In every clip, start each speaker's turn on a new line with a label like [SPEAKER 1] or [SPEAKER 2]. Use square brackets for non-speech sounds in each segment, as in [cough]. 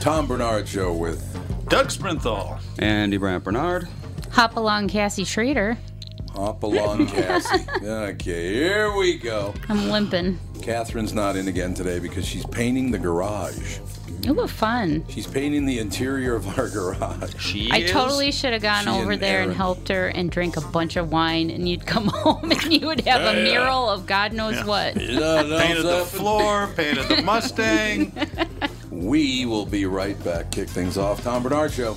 [SPEAKER 1] Tom Bernard Show with
[SPEAKER 2] Doug Sprinthal.
[SPEAKER 3] Andy Brandt Bernard.
[SPEAKER 4] Hop along, Cassie Schrader.
[SPEAKER 1] Hop Along
[SPEAKER 2] [laughs]
[SPEAKER 1] Cassie. Okay, here we go.
[SPEAKER 4] I'm limping.
[SPEAKER 1] Catherine's not in again today because she's painting the garage.
[SPEAKER 4] Ooh, fun.
[SPEAKER 1] She's painting the interior of our garage.
[SPEAKER 2] She
[SPEAKER 4] I
[SPEAKER 2] is-
[SPEAKER 4] totally should have gone
[SPEAKER 1] She
[SPEAKER 4] over
[SPEAKER 1] and
[SPEAKER 4] there and
[SPEAKER 1] Aaron.
[SPEAKER 4] helped her and drank a bunch of wine, and you'd come [laughs] home and you would have a mural of God knows
[SPEAKER 2] [laughs]
[SPEAKER 4] what.
[SPEAKER 2] painted the floor, painted the
[SPEAKER 4] [laughs]
[SPEAKER 2] Mustang.
[SPEAKER 1] We will be right back. Kick things off. Tom Bernard Show.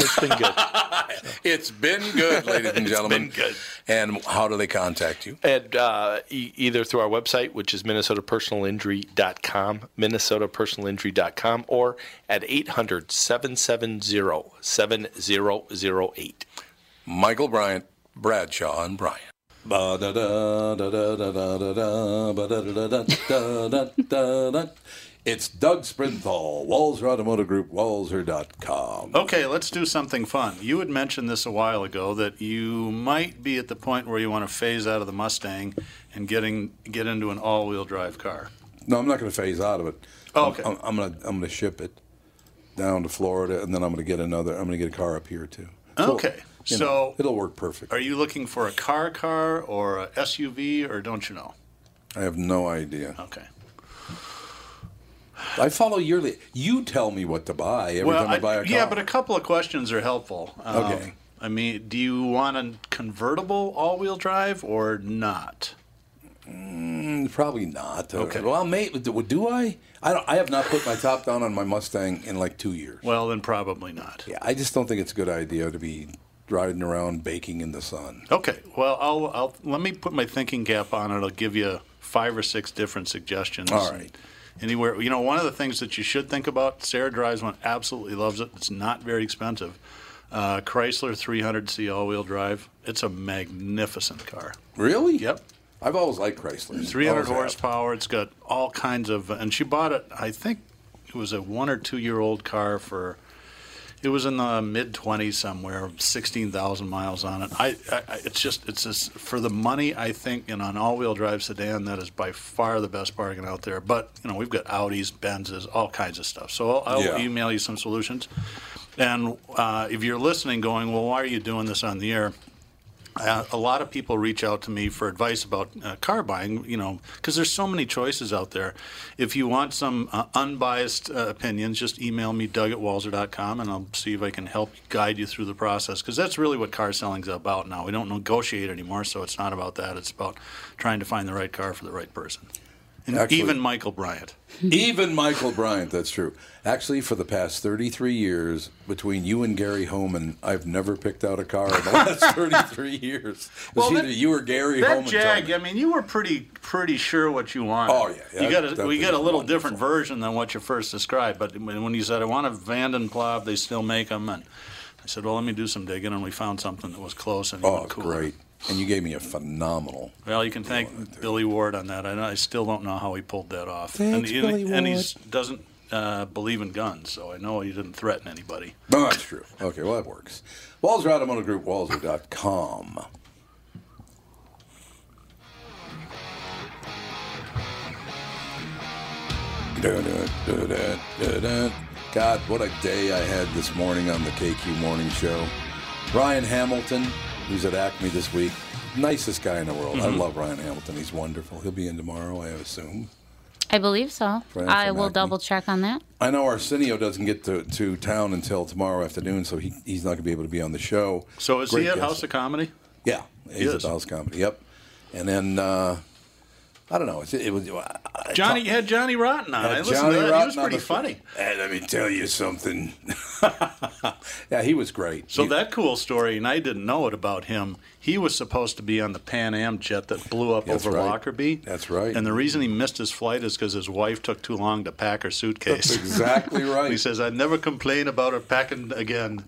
[SPEAKER 5] It's been good.
[SPEAKER 1] [laughs] It's been good, ladies and gentlemen.
[SPEAKER 5] been good.
[SPEAKER 1] And how do they contact you?
[SPEAKER 5] And uh, e- either through our website, which is minnesotapersonalinjury.com, minnesotapersonalinjury.com, or at 800-770-7008.
[SPEAKER 1] Michael Bryant, Bradshaw, and Bryant. It's Doug Sprinthal, Walzer Automotive Group, Walzer.com.
[SPEAKER 2] Okay, let's do something fun. You had mentioned this a while ago that you might be at the point where you want to phase out of the Mustang and getting get into an all-wheel drive car.
[SPEAKER 1] No, I'm not going to phase out of it.
[SPEAKER 2] Oh,
[SPEAKER 1] I'm-
[SPEAKER 2] okay.
[SPEAKER 1] I'm, I'm going to I'm going to ship it down to Florida, and then I'm going to get another. I'm going to get a car up here too.
[SPEAKER 2] Okay,
[SPEAKER 1] you
[SPEAKER 2] so-
[SPEAKER 1] it'll work perfect.
[SPEAKER 2] Are you looking for a car car or a SUV or don't you know?
[SPEAKER 1] I have no idea.
[SPEAKER 2] Okay.
[SPEAKER 1] I follow your lead. You tell me what to buy every
[SPEAKER 2] well,
[SPEAKER 1] time I,
[SPEAKER 2] I-
[SPEAKER 1] buy a car.
[SPEAKER 2] yeah, but a couple of questions are helpful. Um,
[SPEAKER 1] Okay.
[SPEAKER 2] I mean, do you want a convertible all-wheel drive or not?
[SPEAKER 1] probably not. Uh,
[SPEAKER 2] Okay.
[SPEAKER 1] Well, maybe do, do I? I don't. I have not put my top down on my Mustang in like two years.
[SPEAKER 2] Well, then probably not.
[SPEAKER 1] Yeah, I just don't think it's a good idea to be riding around baking in the sun.
[SPEAKER 2] Okay. Well, I'll, I'll let me put my thinking cap on it. I'll give you five or six different suggestions.
[SPEAKER 1] All right.
[SPEAKER 2] Anywhere, you know, one of the things that you should think about. Sarah drives one, absolutely loves it. It's not very expensive. Uh, Chrysler 300C all-wheel drive. It's a magnificent car.
[SPEAKER 1] Really?
[SPEAKER 2] Yep.
[SPEAKER 1] I've always liked Chrysler.
[SPEAKER 2] 300
[SPEAKER 1] Always have.
[SPEAKER 2] horsepower. It's got all kinds of, and she bought it. I think it was a one or two year old car for. It was in the mid 20s somewhere, 16,000 miles on it. I, I, I- it's just, it's just for the money. I think in an all-wheel drive sedan, that is by far the best bargain out there. But you know, we've got Audis, Benzes, all kinds of stuff. So I'll, I'll
[SPEAKER 1] Yeah.
[SPEAKER 2] email you some solutions. And uh, if you're listening, going, well, why are you doing this on the air? Uh, a lot of people reach out to me for advice about uh, car buying, you know, because there's so many choices out there. If you want some uh, unbiased uh, opinions, just email me, doug at walzer.com, and I'll see if I can help guide you through the process. Because that's really what car selling's about now. We don't negotiate anymore, so it's not about that. It's about trying to find the right car for the right person. And
[SPEAKER 1] Actually-
[SPEAKER 2] even Michael Bryant.
[SPEAKER 1] Even Michael Bryant, that's true. Actually, for the past 33 years, between you and Gary Homan, I've never picked out a car in the [laughs] last 33 years. It was
[SPEAKER 2] Well,
[SPEAKER 1] either
[SPEAKER 2] that-
[SPEAKER 1] you or Gary
[SPEAKER 2] That
[SPEAKER 1] Homan. told
[SPEAKER 2] Jag,
[SPEAKER 1] me.
[SPEAKER 2] I mean, you were pretty pretty sure what you wanted.
[SPEAKER 1] Oh, yeah, yeah,
[SPEAKER 2] you
[SPEAKER 1] that-
[SPEAKER 2] got
[SPEAKER 1] that
[SPEAKER 2] a, we
[SPEAKER 1] thing
[SPEAKER 2] got a
[SPEAKER 1] is
[SPEAKER 2] little
[SPEAKER 1] wonderful.
[SPEAKER 2] different version than what you first described. But when when you said I want a Vandenplav, they still make them, and I said, well, let me do some digging, and we found something that was close and
[SPEAKER 1] Oh,
[SPEAKER 2] even cooler.
[SPEAKER 1] great. And you gave me a phenomenal.
[SPEAKER 2] Well, you can thank Billy Ward on that. I, know, I still don't know how he pulled that off. and
[SPEAKER 1] Thanks,
[SPEAKER 2] he,
[SPEAKER 1] Billy
[SPEAKER 2] and he
[SPEAKER 1] Ward.
[SPEAKER 2] doesn't uh, believe in guns, so I know he didn't threaten anybody.
[SPEAKER 1] No, that's true. Okay, well, that works. Walzer Automotive Group, walzer.com. God, what a day I had this morning on the KQ Morning Show. Ryan Hamilton, who's at Acme this week, nicest guy in the world. I love Ryan Hamilton. He's wonderful. He'll be in tomorrow, I assume.
[SPEAKER 4] I believe so.
[SPEAKER 1] Fran
[SPEAKER 4] I
[SPEAKER 1] from
[SPEAKER 4] will
[SPEAKER 1] Acme.
[SPEAKER 4] double check on that.
[SPEAKER 1] I know Arsenio doesn't get to, to town until tomorrow afternoon, so he, he's not going to be able to be on the show.
[SPEAKER 2] So is
[SPEAKER 1] Great
[SPEAKER 2] he at
[SPEAKER 1] guest.
[SPEAKER 2] House of Comedy?
[SPEAKER 1] Yeah, he's
[SPEAKER 2] is.
[SPEAKER 1] at the House Comedy. Yep. And then uh, I don't know. It, it was I-
[SPEAKER 2] Johnny you had Johnny Rotten on.
[SPEAKER 1] Uh,
[SPEAKER 2] I listened to that. he was
[SPEAKER 1] Rotten on
[SPEAKER 2] pretty
[SPEAKER 1] the-
[SPEAKER 2] funny.
[SPEAKER 1] Hey, let me tell you something. [laughs] yeah, he was great.
[SPEAKER 2] So
[SPEAKER 1] He-
[SPEAKER 2] that cool story, and I didn't know it about him. He was supposed to be on the Pan Am jet that blew up
[SPEAKER 1] That's
[SPEAKER 2] over
[SPEAKER 1] right.
[SPEAKER 2] Lockerbie.
[SPEAKER 1] That's right.
[SPEAKER 2] And the reason he missed his flight is because his wife took too long to pack her
[SPEAKER 1] That's [laughs] [laughs]
[SPEAKER 2] suitcase. [laughs]
[SPEAKER 1] exactly right.
[SPEAKER 2] he says, "I never complain about her packing again."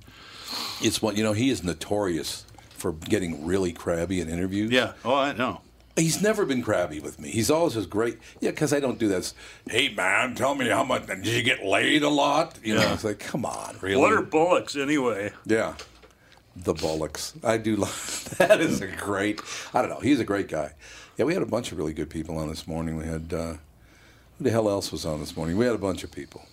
[SPEAKER 1] it's what you know. He is notorious for getting really crabby in interviews.
[SPEAKER 2] Yeah. Oh, I know.
[SPEAKER 1] He's never been crabby with me. He's always as great. Yeah, because I don't do that. Hey, man, tell me how much. Did you get laid a lot? You know, it's like, come on, really?
[SPEAKER 2] bullocks anyway?
[SPEAKER 1] yeah. The bullocks. I do love [laughs] that. Is a great. I don't know. He's a great guy. Yeah, we had a bunch of really good people on this morning. We had uh, who the hell else was on this morning? We had a bunch of people.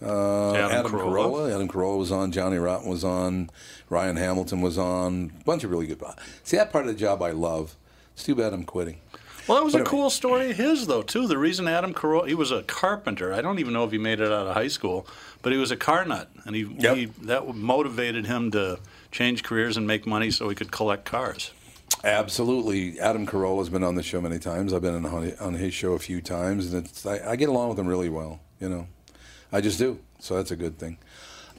[SPEAKER 1] Uh, Adam, Carolla. Adam Carolla was on. Johnny Rotten was on. Ryan Hamilton was on. A bunch of really good. uh, See that part of the job I love. It's too bad I'm quitting.
[SPEAKER 2] Well, that was
[SPEAKER 1] Wait
[SPEAKER 2] a
[SPEAKER 1] a minute.
[SPEAKER 2] cool story of his, though, too. The reason Adam Carolla, he was a carpenter. I don't even know if he made it out of high school, but he was a car nut, and he,
[SPEAKER 1] Yep.
[SPEAKER 2] he that motivated him to change careers and make money so he could collect cars.
[SPEAKER 1] Absolutely. Adam Carolla has been on the show many times. I've been on, on his show a few times, and it's, I, I get along with him really well. You know, I just do. So that's a good thing.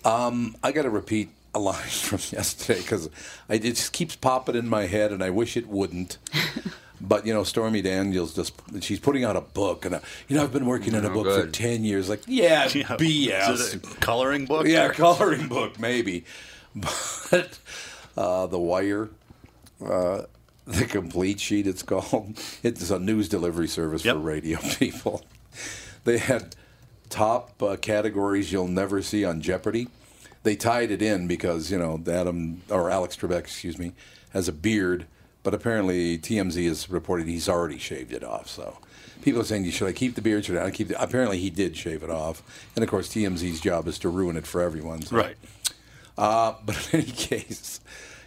[SPEAKER 1] Um, I got to repeat a line [laughs] from yesterday because it just keeps popping in my head, and I wish it wouldn't. But you know, Stormy Daniels just—she's putting out a book, and I, you know, I've been working on a book for
[SPEAKER 3] good.
[SPEAKER 1] ten years. Like,
[SPEAKER 2] [laughs]
[SPEAKER 1] yeah,
[SPEAKER 2] Is
[SPEAKER 1] BS.
[SPEAKER 2] it a coloring book?
[SPEAKER 1] Yeah,
[SPEAKER 2] or-
[SPEAKER 1] a coloring book maybe, [laughs] but uh, the wire, uh, the complete sheet. It's called. It's a news delivery service
[SPEAKER 2] Yep.
[SPEAKER 1] for radio [laughs] people. They had top uh, categories you'll never see on Jeopardy. They tied it in because you know Adam or Alex Trebek, excuse me, has a beard, but apparently TMZ has reported he's already shaved it off. So people are saying, should I keep the beard? Should I not keep it? Apparently he did shave it off, and of course TMZ's job is to ruin it for everyone. So.
[SPEAKER 2] Right.
[SPEAKER 1] Uh, but in any [laughs] case,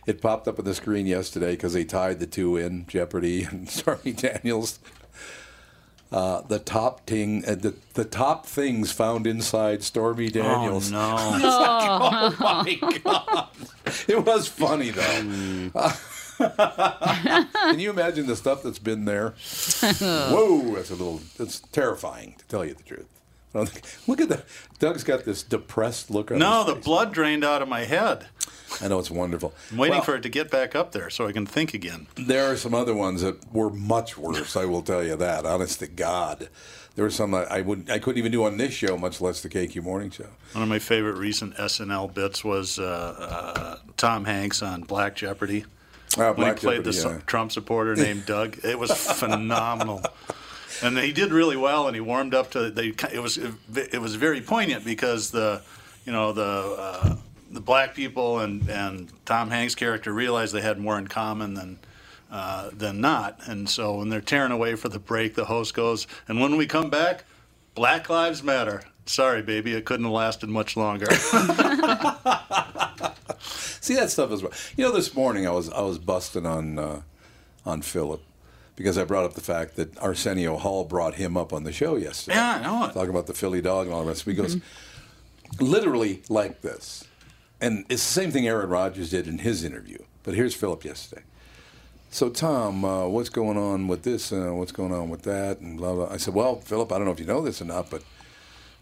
[SPEAKER 1] it popped up on the screen yesterday because they tied the two in Jeopardy [laughs] and Stormy Daniels. Uh, the top ting, uh, the, the top things found inside Stormy
[SPEAKER 2] Oh,
[SPEAKER 1] Daniels.
[SPEAKER 2] no.
[SPEAKER 1] Oh my god! [laughs] It was funny though. [laughs] Can you imagine the stuff that's been
[SPEAKER 2] [laughs]
[SPEAKER 1] there? Whoa, that's a little. That's terrifying to tell you the truth. I don't think- Look at that. Doug's got this depressed look on
[SPEAKER 2] [laughs] No,
[SPEAKER 1] his
[SPEAKER 2] the
[SPEAKER 1] face.
[SPEAKER 2] blood drained out of my head.
[SPEAKER 1] I know it's wonderful.
[SPEAKER 2] I'm waiting
[SPEAKER 1] Well,
[SPEAKER 2] for it to get back up there so I can think again.
[SPEAKER 1] There are some other ones that were much worse. I will tell you that. Honest to God, there were some that I would I couldn't even do on this show, much less the KQ Morning Show. Uh,
[SPEAKER 2] One of my favorite recent SNL bits was uh, uh, Tom Hanks on Black Jeopardy.
[SPEAKER 1] Uh,
[SPEAKER 2] when
[SPEAKER 1] Black
[SPEAKER 2] he played
[SPEAKER 1] Jeopardy,
[SPEAKER 2] the
[SPEAKER 1] yeah. [laughs]
[SPEAKER 2] Trump supporter named Doug. It was phenomenal. And he did really well, and he warmed up to they. It was it was very poignant because the, you know the uh, the black people and, and Tom Hanks' character realized they had more in common than uh, than not, and so when they're tearing away for the break, the host goes, and when we come back, Black Lives Matter. Sorry, baby, it couldn't have lasted much longer. [laughs]
[SPEAKER 1] See that stuff as well. You know, this morning I was I was busting on uh, on Philip because I brought up the fact that Arsenio Hall brought him up on the show yesterday.
[SPEAKER 2] Yeah, I know it. Mm-hmm.
[SPEAKER 1] Talking about the Philly dog and all the rest. He goes literally like this, and it's the same thing Aaron Rodgers did in his interview. But here's Philip yesterday. So Tom, uh, what's going on with this? Uh, what's going on with that? And blah blah. I said, well, Philip, I don't know if you know this or not, but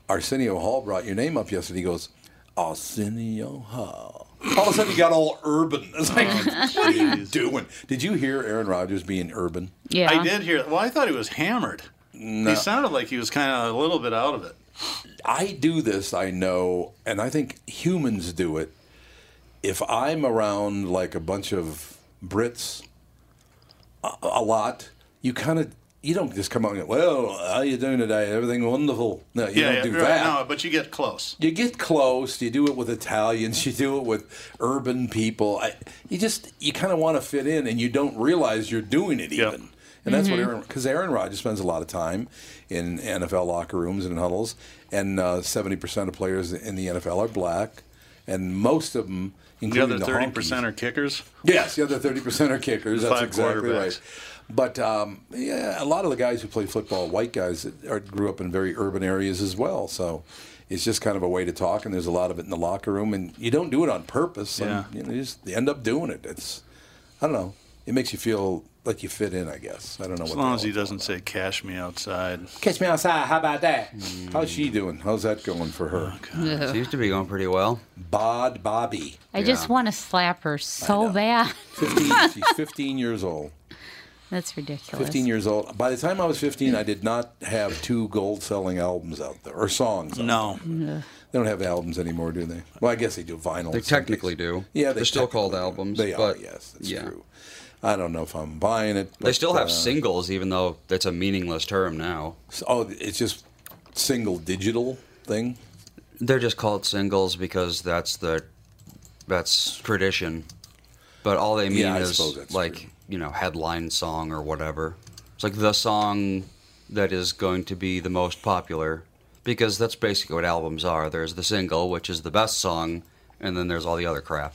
[SPEAKER 1] Arsenio Hall brought your name up yesterday. He goes, Arsenio Hall. All of a sudden, he got all urban. It's like,
[SPEAKER 2] Uh-huh.
[SPEAKER 1] what are you doing? Did you hear Aaron Rodgers being urban?
[SPEAKER 4] Yeah.
[SPEAKER 2] I did hear. Well, I thought he was hammered. He sounded like he was kind of a little bit out of it.
[SPEAKER 1] I do this, I know, and I think humans do it. If I'm around like a bunch of Brits a, a lot, you kind of you don't just come out and go, "Well, how you doing today? Everything wonderful." No, you don't do
[SPEAKER 2] right,
[SPEAKER 1] that.
[SPEAKER 2] No, but you get close.
[SPEAKER 1] you get close. You do it with Italians. [laughs] You do it with urban people. I, you just you kind of want to fit in, and you don't realize you're doing it even.
[SPEAKER 2] Yep.
[SPEAKER 1] And that's what Aaron because Aaron Rodgers spends a lot of time in NFL locker rooms and uh, in huddles, and seventy percent of players in the NFL are black, and most of them
[SPEAKER 2] The other
[SPEAKER 1] including
[SPEAKER 2] thirty
[SPEAKER 1] honkies.
[SPEAKER 2] percent are kickers.
[SPEAKER 1] Yes, the other thirty percent are kickers. That's
[SPEAKER 2] Five
[SPEAKER 1] exactly
[SPEAKER 2] quarterbacks.
[SPEAKER 1] right. But um, yeah, a lot of the guys who play football, white guys, are, grew up in very urban areas as well. So it's just kind of a way to talk, and there's a lot of it in the locker room, and you don't do it on purpose.
[SPEAKER 2] Yeah.
[SPEAKER 1] And, you, know, you just you end up doing it. It's I don't know. It makes you feel like you fit in, I guess. I don't know.
[SPEAKER 2] As
[SPEAKER 1] what
[SPEAKER 2] long
[SPEAKER 1] the
[SPEAKER 2] as he
[SPEAKER 1] hell-
[SPEAKER 2] doesn't say "cash me outside."
[SPEAKER 1] catch me outside. How about that? Mm. How's she doing? How's that going for her?
[SPEAKER 4] Ugh.
[SPEAKER 3] Seems to be going pretty well.
[SPEAKER 1] Bod Bobby.
[SPEAKER 4] I just
[SPEAKER 3] Yeah.
[SPEAKER 4] want to slap her so bad. [laughs]
[SPEAKER 1] 15, she's 15 years old.
[SPEAKER 4] That's ridiculous.
[SPEAKER 1] 15 years old. By the time I was 15, I did not have two gold selling albums out there or songs. out
[SPEAKER 2] No,
[SPEAKER 4] Mm-hmm.
[SPEAKER 1] there. They don't have albums anymore, do they? Well, I guess they do vinyl.
[SPEAKER 3] They technically do.
[SPEAKER 1] Yeah,
[SPEAKER 3] they are still called
[SPEAKER 1] technically do.
[SPEAKER 3] albums.
[SPEAKER 1] They
[SPEAKER 3] but
[SPEAKER 1] are, yes. That's
[SPEAKER 3] yeah.
[SPEAKER 1] true. I don't know if I'm buying it.
[SPEAKER 3] They
[SPEAKER 1] but,
[SPEAKER 3] still have
[SPEAKER 1] uh,
[SPEAKER 3] singles, even though that's a meaningless term now.
[SPEAKER 1] Oh, it's just single digital thing.
[SPEAKER 3] They're just called singles because that's the that's tradition. But all they mean
[SPEAKER 1] Yeah, I suppose
[SPEAKER 3] is
[SPEAKER 1] that's
[SPEAKER 3] like
[SPEAKER 1] true.
[SPEAKER 3] you know headline song or whatever. It's like the song that is going to be the most popular because that's basically what albums are. There's the single, which is the best song, and then there's all the other crap.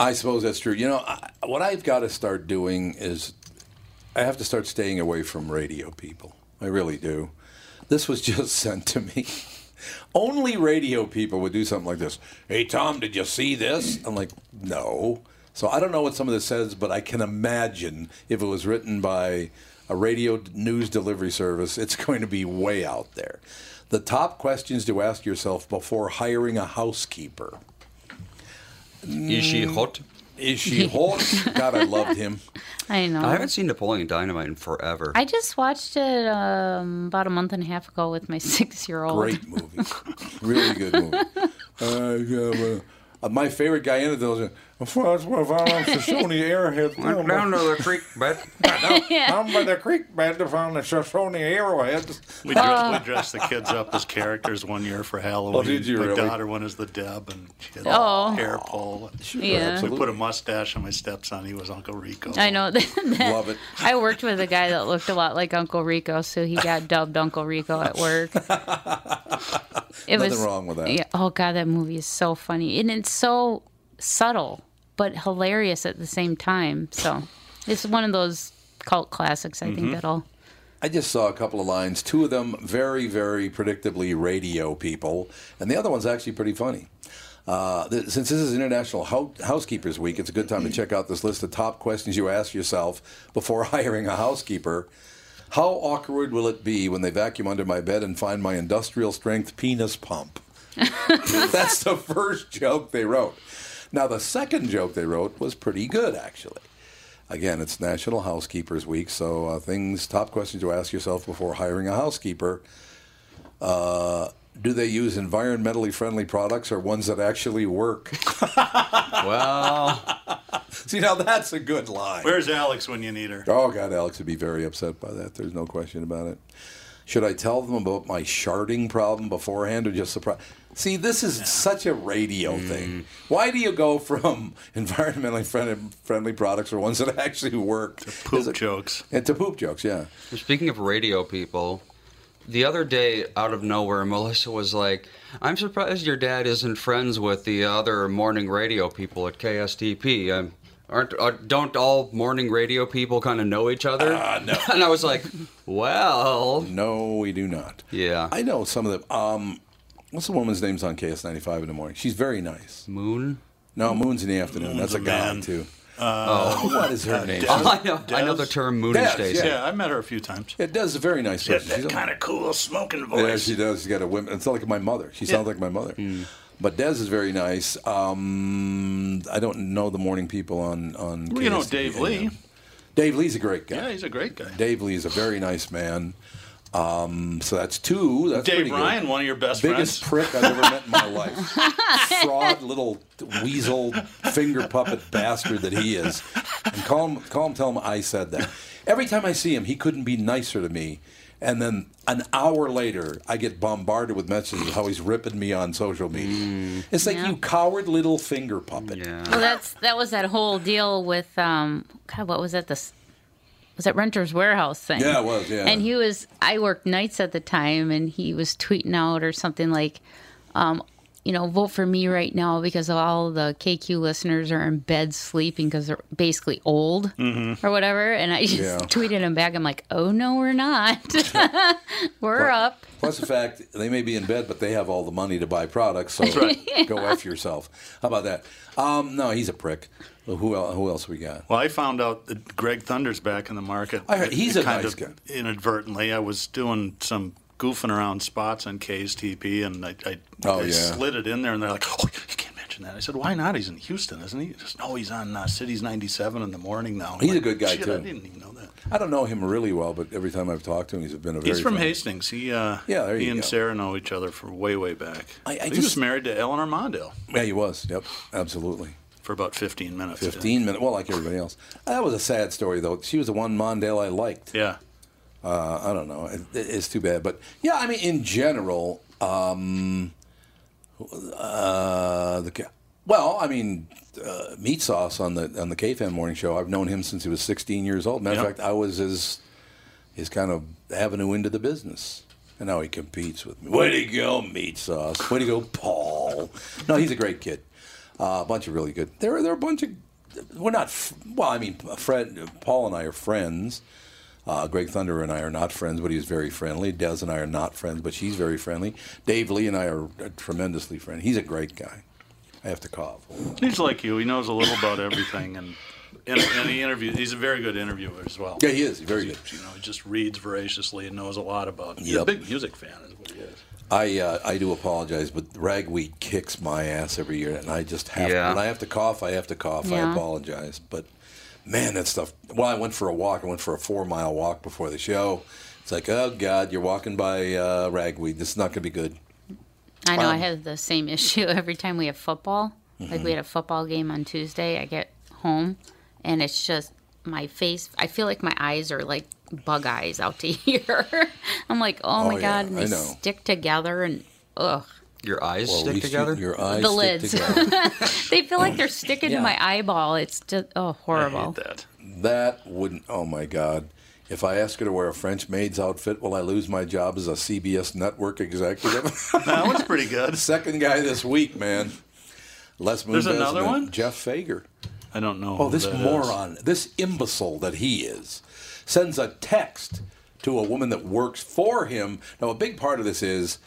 [SPEAKER 1] I suppose that's true. You know, I, what I've got to start doing is I have to start staying away from radio people. I really do. This was [laughs] just sent to me. Only radio people would do something like this. Hey, Tom, did you see this? I'm like, no. So I don't know what some of this says, but I can imagine if it was written by a radio d- news delivery service, it's [laughs] going to be way out there. The top questions to ask yourself before hiring a housekeeper.
[SPEAKER 3] Is she
[SPEAKER 1] Mm.
[SPEAKER 3] hot?
[SPEAKER 1] Is she hot? God, I loved him.
[SPEAKER 4] I know.
[SPEAKER 3] I haven't seen Napoleon Dynamite in forever.
[SPEAKER 4] I just watched it um, about a month and a half ago with my [laughs] six-year-old.
[SPEAKER 1] Great movie. really good movie. Uh, yeah, well, my favorite guy in it, though, is, uh, "If I was- if I was a Shoshone Airhead.
[SPEAKER 3] Went down to the creek, but
[SPEAKER 1] I'm by the creek bed to find the Shoshone Arrowheads.
[SPEAKER 2] we
[SPEAKER 4] Ah.
[SPEAKER 2] dress, we dressed the kids up as characters one year for Halloween.
[SPEAKER 1] Oh, did you
[SPEAKER 2] my
[SPEAKER 1] really?
[SPEAKER 2] daughter went as the Deb, and she had
[SPEAKER 4] Oh.
[SPEAKER 2] a hair pull.
[SPEAKER 4] Yeah.
[SPEAKER 2] We put a mustache on my stepson. He was Uncle Rico.
[SPEAKER 4] I know. [laughs] that- that-
[SPEAKER 1] Love it.
[SPEAKER 4] I worked with a guy that looked a lot like Uncle Rico, so he got dubbed Uncle Rico at
[SPEAKER 1] [laughs]
[SPEAKER 4] work. It
[SPEAKER 1] Nothing wrong with that.
[SPEAKER 4] Yeah. Oh God, that movie is so funny, and it's so subtle but hilarious at the same time. So it's one of those cult classics. I
[SPEAKER 1] Mm-hmm.
[SPEAKER 4] think that'll.
[SPEAKER 1] I just saw a couple of lines, two of them very, very predictably radio people, and the other one's actually pretty funny. Uh, th- since this is International Hou- Housekeepers Week, it's a good time to check out this list of top questions you ask yourself before [laughs] hiring a housekeeper. How awkward will it be when they vacuum under my bed and find my industrial strength penis pump? That's the first joke they wrote. Now, the second joke they wrote was pretty good, actually. Again, it's National Housekeepers Week, so uh, things, top questions to ask yourself before hiring a housekeeper. Uh, do they use environmentally friendly products or ones that actually work? [laughs]
[SPEAKER 3] well,
[SPEAKER 1] See, now that's a good line.
[SPEAKER 2] Where's Alex when you need her?
[SPEAKER 1] Oh, God, Alex would be very upset by that. There's no question about it. Should I tell them about my sharding problem beforehand or just surprise? See, this is such a radio
[SPEAKER 2] Mm.
[SPEAKER 1] thing. Why do you go from [laughs] environmentally friendly, friendly products or ones that actually work to
[SPEAKER 2] Poop jokes.
[SPEAKER 1] And to poop jokes, yeah.
[SPEAKER 3] speaking of radio people, the other day, out of nowhere, Melissa was like, I'm surprised your dad isn't friends with the other morning radio people at KSTP. Um, aren't, uh, don't all morning radio people kind of know each other? Uh, no. [laughs] and I was like, well,
[SPEAKER 1] No, we do not.
[SPEAKER 3] Yeah.
[SPEAKER 1] I know some of the. Um, what's the woman's name's on KS95 in the morning? She's very nice.
[SPEAKER 3] Moon?
[SPEAKER 1] No, Moon's in the afternoon. That's a
[SPEAKER 2] a
[SPEAKER 1] guy,
[SPEAKER 2] man. [laughs]
[SPEAKER 1] too.
[SPEAKER 2] Uh,
[SPEAKER 1] oh, what is her name?
[SPEAKER 2] Des.
[SPEAKER 3] [laughs] I know, I know the
[SPEAKER 2] Des?
[SPEAKER 3] term Moon
[SPEAKER 1] Des,
[SPEAKER 3] and Stacy.
[SPEAKER 2] Yeah, I met her a few times.
[SPEAKER 1] It does a very nice person. She's a-
[SPEAKER 2] of cool smoking
[SPEAKER 1] Yeah, she does. She's got a women. It's like my mother. She sounds like my mother. But Des is very nice. Um, I don't know the morning people on on.
[SPEAKER 2] Well, you know
[SPEAKER 1] KSTP.
[SPEAKER 2] Dave Lee.
[SPEAKER 1] Dave Lee's a great guy.
[SPEAKER 2] Yeah, he's a great guy.
[SPEAKER 1] Dave Lee is a very nice man. Um, so that's two. That's pretty
[SPEAKER 2] Dave
[SPEAKER 1] good.
[SPEAKER 2] Ryan, one of your best
[SPEAKER 1] biggest
[SPEAKER 2] friends.
[SPEAKER 1] prick I've ever met in my life. Fraud, little weasel, finger puppet bastard that he is. And call him, call him, tell him I said that. Every time I see him, he couldn't be nicer to me. And then an hour later, I get bombarded with messages of how he's ripping me on social media. It's like
[SPEAKER 4] Yeah.
[SPEAKER 1] you coward little finger puppet.
[SPEAKER 4] Well, that's that was that whole deal with um. God, what was that? This was that Renters Warehouse thing.
[SPEAKER 1] Yeah, it was, yeah.
[SPEAKER 4] And he was. I worked nights at the time, and he was tweeting out or something like, um, you know, vote for me right now because all the KQ listeners are in bed sleeping because they're basically old or whatever. And I just
[SPEAKER 1] Mm-hmm. Yeah.
[SPEAKER 4] tweeted him back. I'm like, oh, no, we're not. [laughs] we're up.
[SPEAKER 1] Plus the fact they may be in bed, but they have all the money to buy products, so go F yourself. How about that? Um, no, he's a prick. Well, Who, el- who else we got?
[SPEAKER 2] Well, I found out that Greg Thunder's back in the market.
[SPEAKER 1] I heard- he's a
[SPEAKER 2] kind
[SPEAKER 1] nice
[SPEAKER 2] of
[SPEAKER 1] guy.
[SPEAKER 2] Inadvertently, I was doing some goofing around spots on K's TP, and I, I,
[SPEAKER 1] Oh,
[SPEAKER 2] I
[SPEAKER 1] yeah.
[SPEAKER 2] slid it in there, and they're like, "Oh, you can't mention that." I said, "Why not? He's in Houston, isn't he?" He says, "No, he's on uh, Cities 97 in the morning now." I'm
[SPEAKER 1] He's a
[SPEAKER 2] like,
[SPEAKER 1] good guy,
[SPEAKER 2] Shit,
[SPEAKER 1] too.
[SPEAKER 2] I didn't even know that.
[SPEAKER 1] I don't know him really well, but every time I've talked to him, he's been a very.
[SPEAKER 2] He's from
[SPEAKER 1] friendly-
[SPEAKER 2] Hastings. He, uh,
[SPEAKER 1] Yeah, there
[SPEAKER 2] he
[SPEAKER 1] you
[SPEAKER 2] and
[SPEAKER 1] go.
[SPEAKER 2] Sarah know each other for way, way back.
[SPEAKER 1] I- I
[SPEAKER 2] he
[SPEAKER 1] just-
[SPEAKER 2] was married to Eleanor Mondale
[SPEAKER 1] Yeah, he was. Yep, absolutely.
[SPEAKER 2] for about 15 minutes. yeah.
[SPEAKER 1] Fifteen minutes. Well, like everybody else. That was a sad story, though. She was the one Mondale I liked.
[SPEAKER 2] Yeah.
[SPEAKER 1] Uh, I don't know. It, it- it's too bad, but yeah. I mean, in general, um, uh, the ca- well, I mean, uh, meat sauce on the on the KFan morning show. I've known him since he was 16 years old. Matter of
[SPEAKER 2] Yep.
[SPEAKER 1] fact, I was his his kind of avenue into the business. And now he competes with me. Way to go, meat sauce. Way to go, Paul. No, he's a great kid. Uh, a bunch of really good. There are there are a bunch of. We're not. f- Well, I mean, Fred, Paul, and I are friends. Uh, Greg Thunder and I are not friends, but he's very friendly. Des and I are not friends, but she's very friendly. Dave Lee and I are uh, tremendously friendly. He's a great guy. I have to cough.
[SPEAKER 2] He's like you. He knows a little about everything, and and, and he interviews. He's a very good interviewer as well.
[SPEAKER 1] Yeah, he is. Very good.
[SPEAKER 2] You know, he just reads voraciously and knows a lot about. He's
[SPEAKER 1] Yep.
[SPEAKER 2] a big music fan, is what he is.
[SPEAKER 1] I uh, I do apologize, but ragweed kicks my ass every year, and I just have
[SPEAKER 3] Yeah.
[SPEAKER 1] when I have to cough, I have to cough. I
[SPEAKER 4] Yeah.
[SPEAKER 1] apologize, but man, that stuff. Well, I went for a walk. I went for a four mile walk before the show. It's like, oh God, you're walking by uh, ragweed. This is not going to be good.
[SPEAKER 4] I know
[SPEAKER 1] Um,
[SPEAKER 4] I
[SPEAKER 1] Mm-hmm.
[SPEAKER 4] have the same [laughs] issue every time we have football. Like we had a football game on Tuesday. I get home and it's just my face. I feel like my eyes are like bug eyes out [laughs] to here. I'm like, oh,
[SPEAKER 1] Oh,
[SPEAKER 4] my
[SPEAKER 1] yeah,
[SPEAKER 4] god, and
[SPEAKER 1] I
[SPEAKER 4] they
[SPEAKER 1] know.
[SPEAKER 4] stick together and ugh.
[SPEAKER 3] Your eyes
[SPEAKER 1] Well, at
[SPEAKER 3] stick
[SPEAKER 1] least you-
[SPEAKER 3] together.
[SPEAKER 1] your eyes
[SPEAKER 4] The
[SPEAKER 1] stick
[SPEAKER 4] lids.
[SPEAKER 1] together.
[SPEAKER 4] They feel
[SPEAKER 1] [clears throat]
[SPEAKER 4] like they're sticking
[SPEAKER 1] Yeah.
[SPEAKER 4] to my eyeball. It's just oh
[SPEAKER 2] I
[SPEAKER 4] horrible.
[SPEAKER 2] hate that.
[SPEAKER 1] That wouldn't. Oh my God! If I ask her to wear a French maid's outfit, will I lose my job as a CBS network executive?
[SPEAKER 2] [laughs]
[SPEAKER 1] [laughs]
[SPEAKER 2] That one's pretty good.
[SPEAKER 1] Second guy this week, man. Les
[SPEAKER 2] There's
[SPEAKER 1] Moonves
[SPEAKER 2] another
[SPEAKER 1] and
[SPEAKER 2] one?
[SPEAKER 1] Jeff Fager.
[SPEAKER 2] I don't know.
[SPEAKER 1] Oh, this moron, this imbecile that he is, sends a text to a woman that works for him. Now, a big part of this is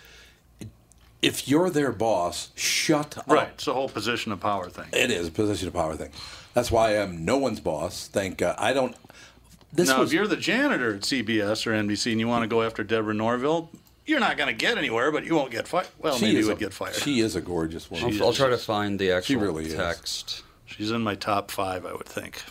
[SPEAKER 1] if you're their boss, shut
[SPEAKER 2] Right.
[SPEAKER 1] up.
[SPEAKER 2] It's the whole position of power thing.
[SPEAKER 1] It is a position of power thing. That's why I'm no one's boss. Thank God. I don't. This
[SPEAKER 2] Now,
[SPEAKER 1] was
[SPEAKER 2] if you're the janitor at CBS or NBC and you want to go after Deborah Norville, you're not going to get anywhere, but you won't get fired. Well, maybe you
[SPEAKER 1] is
[SPEAKER 2] would
[SPEAKER 1] a,
[SPEAKER 2] get fired.
[SPEAKER 1] She is a gorgeous woman.
[SPEAKER 3] I'll, I'll try to find the actual
[SPEAKER 1] really is.
[SPEAKER 3] text.
[SPEAKER 2] She's in my top five, I would think.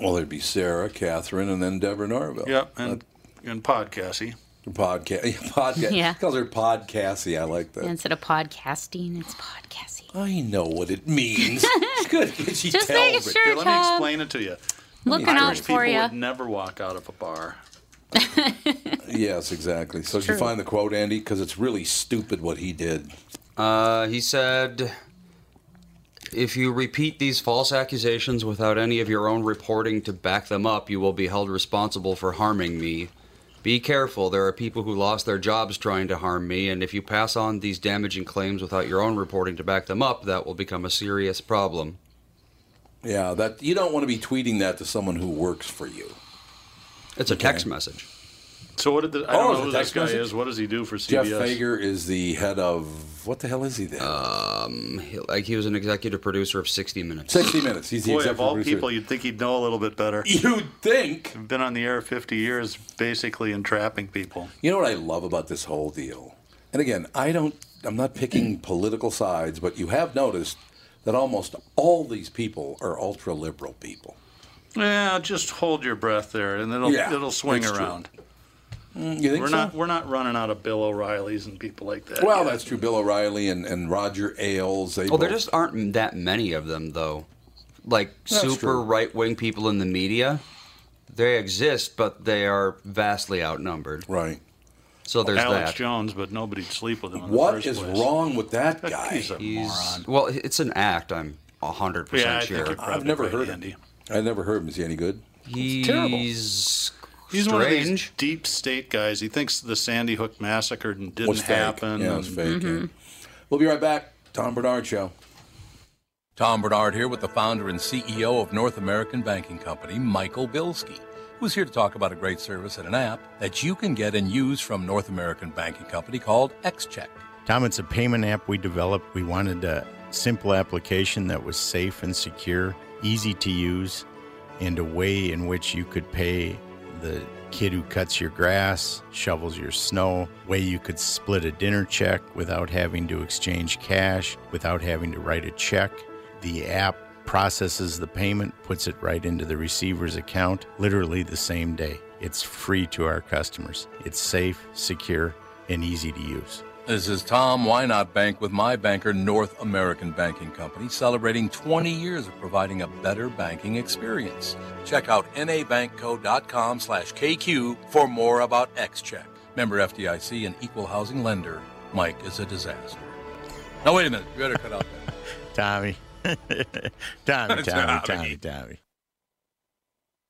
[SPEAKER 1] Well, there'd be Sarah, Catherine, and then Deborah Norville.
[SPEAKER 2] Yep. And, and podcasty.
[SPEAKER 1] [laughs] Podcast. Podcast.
[SPEAKER 4] Yeah.
[SPEAKER 1] Calls her Podcassie. I like that.
[SPEAKER 4] Instead of podcasting, it's podcasting.
[SPEAKER 1] I know what it
[SPEAKER 4] [laughs]
[SPEAKER 1] means. Good. She tells
[SPEAKER 4] Just making
[SPEAKER 1] me.
[SPEAKER 4] sure,
[SPEAKER 2] Here, let me
[SPEAKER 4] Tom.
[SPEAKER 2] explain it to you.
[SPEAKER 4] Looking out
[SPEAKER 2] Irish people
[SPEAKER 4] for you.
[SPEAKER 2] would never walk out of a bar.
[SPEAKER 1] Yes, exactly. So did you
[SPEAKER 4] true.
[SPEAKER 1] find the quote, Andy? Because it's really stupid what he did.
[SPEAKER 3] Uh, he said, "If you repeat these false accusations without any of your own reporting to back them up, you will be held responsible for harming me." Be careful. There are people who lost their jobs trying to harm me, and if you pass on these damaging claims without your own reporting to back them up, that will become a serious problem.
[SPEAKER 1] Yeah, that you don't want to be tweeting that to someone who works for you.
[SPEAKER 3] It's a text message.
[SPEAKER 2] So what did the, I
[SPEAKER 1] Oh,
[SPEAKER 2] don't
[SPEAKER 1] is
[SPEAKER 2] know
[SPEAKER 1] it
[SPEAKER 2] who this
[SPEAKER 1] text
[SPEAKER 2] guy
[SPEAKER 1] message?
[SPEAKER 2] is. What does he do for CBS?
[SPEAKER 1] Jeff Fager is the head of what the hell is he then?
[SPEAKER 3] He- like he was an executive producer of 60 Minutes.
[SPEAKER 1] Sixty Minutes. He's the
[SPEAKER 2] Boy,
[SPEAKER 1] executive
[SPEAKER 2] of all
[SPEAKER 1] producer.
[SPEAKER 2] people, you'd think he'd know a little bit better.
[SPEAKER 1] You'd think.
[SPEAKER 2] Been on the air 50 years, basically entrapping people.
[SPEAKER 1] You know what I love about this whole deal? And again, I don't I'm not picking [clears throat] political sides, but you have noticed that almost all these people are ultra liberal people.
[SPEAKER 2] Yeah, just hold your breath there, and it'll
[SPEAKER 1] Yeah,
[SPEAKER 2] it'll swing
[SPEAKER 1] that's true.
[SPEAKER 2] around.
[SPEAKER 1] You think
[SPEAKER 2] We're
[SPEAKER 1] so?
[SPEAKER 2] not we're not running out of Bill O'Reillys and people like that.
[SPEAKER 1] well,
[SPEAKER 2] yet.
[SPEAKER 1] that's true. Bill O'Reilly and, and Roger Ailes. They
[SPEAKER 2] Oh,
[SPEAKER 3] Well, Oh, there
[SPEAKER 1] both-
[SPEAKER 3] just aren't that many of them, though. Like super
[SPEAKER 1] true.
[SPEAKER 3] right wing people in the media, they exist, but they are vastly outnumbered.
[SPEAKER 1] right.
[SPEAKER 3] So there's
[SPEAKER 2] Alex
[SPEAKER 3] that.
[SPEAKER 2] Jones, but nobody'd sleep with him. In the
[SPEAKER 1] What
[SPEAKER 2] first
[SPEAKER 1] is
[SPEAKER 2] place.
[SPEAKER 1] wrong with that guy?
[SPEAKER 2] [laughs] He's a
[SPEAKER 3] He's,
[SPEAKER 2] moron.
[SPEAKER 3] well, it's an act. I'm
[SPEAKER 2] Yeah, I
[SPEAKER 3] hundred percent
[SPEAKER 2] think
[SPEAKER 3] sure.
[SPEAKER 2] you're probably
[SPEAKER 1] I've never
[SPEAKER 2] right,
[SPEAKER 1] heard of
[SPEAKER 2] Andy.
[SPEAKER 1] him. I never heard him. Is he any good?
[SPEAKER 3] He's
[SPEAKER 2] terrible. He's
[SPEAKER 3] strange.
[SPEAKER 2] one of these deep state guys. He thinks the Sandy Hook massacre didn't
[SPEAKER 1] What's fake?
[SPEAKER 2] happen.
[SPEAKER 1] Yeah, it's fake.
[SPEAKER 2] and-
[SPEAKER 1] yeah. We'll be right back. Tom Bernard Show. Tom Bernard here with the founder and CEO of North American Banking Company, Michael Bilski, who's here to talk about a great service and an app that you can get and use from North American Banking Company called XCheck.
[SPEAKER 6] Tom, it's a payment app we developed. We wanted a simple application that was safe and secure, easy to use, and a way in which you could pay the kid who cuts your grass, shovels your snow, way you could split a dinner check without having to exchange cash, without having to write a check. The app processes the payment, puts it right into the receiver's account literally the same day. It's free to our customers. It's safe, secure, and easy to use.
[SPEAKER 1] This is Tom. Why not bank with my banker, North American Banking Company, celebrating 20 years of providing a better banking experience. Check out nabankco.com slash KQ for more about XCheck. Member FDIC and equal housing lender, Mike is a disaster. Now, wait a minute. You better cut out that.
[SPEAKER 6] Tommy. [laughs] Tommy, Tommy,
[SPEAKER 1] Tommy.
[SPEAKER 6] Tommy, Tommy.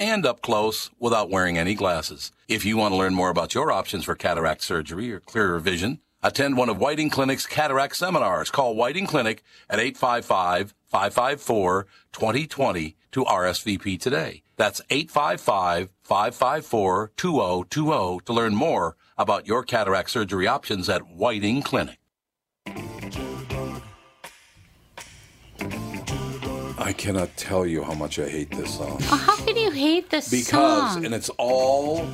[SPEAKER 1] and up close without wearing any glasses. If you want to learn more about your options for cataract surgery or clearer vision, attend one of Whiting Clinic's cataract seminars. Call Whiting Clinic at 855-554-2020 to RSVP today. That's 855-554-2020 to learn more about your cataract surgery options at Whiting Clinic. I cannot tell you how much I hate this song
[SPEAKER 4] Oh, how can you hate this
[SPEAKER 1] because
[SPEAKER 4] song?
[SPEAKER 1] and it's all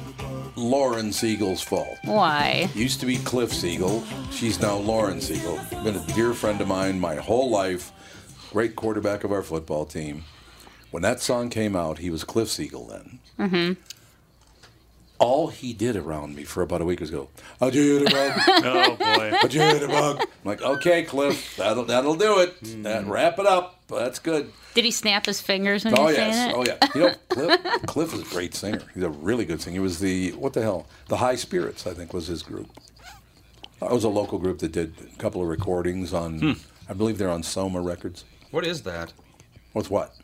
[SPEAKER 1] Lauren Siegel's fault.
[SPEAKER 4] Why?
[SPEAKER 1] Used to be Cliff Siegel, she's now Lauren Siegel. Been a dear friend of mine my whole life. Great quarterback of our football team. When that song came out, he was Cliff Siegel then. Mm-hmm. All he did around me for about a week was go, I did around,
[SPEAKER 2] Oh boy. [laughs]
[SPEAKER 1] I did around. I'm like, okay, Cliff, that'll that'll do it. That, wrap it up. That's good.
[SPEAKER 4] Did he snap his fingers when
[SPEAKER 1] Oh
[SPEAKER 4] he
[SPEAKER 1] yes,
[SPEAKER 4] sang it?
[SPEAKER 1] oh yeah. You know, Cliff, Cliff is a great singer. He's a really good singer. He was the what the hell? The High Spirits, I think, was his group. It was a local group that did a couple of recordings on, I believe they're on Soma Records.
[SPEAKER 3] What is that?
[SPEAKER 1] What's what?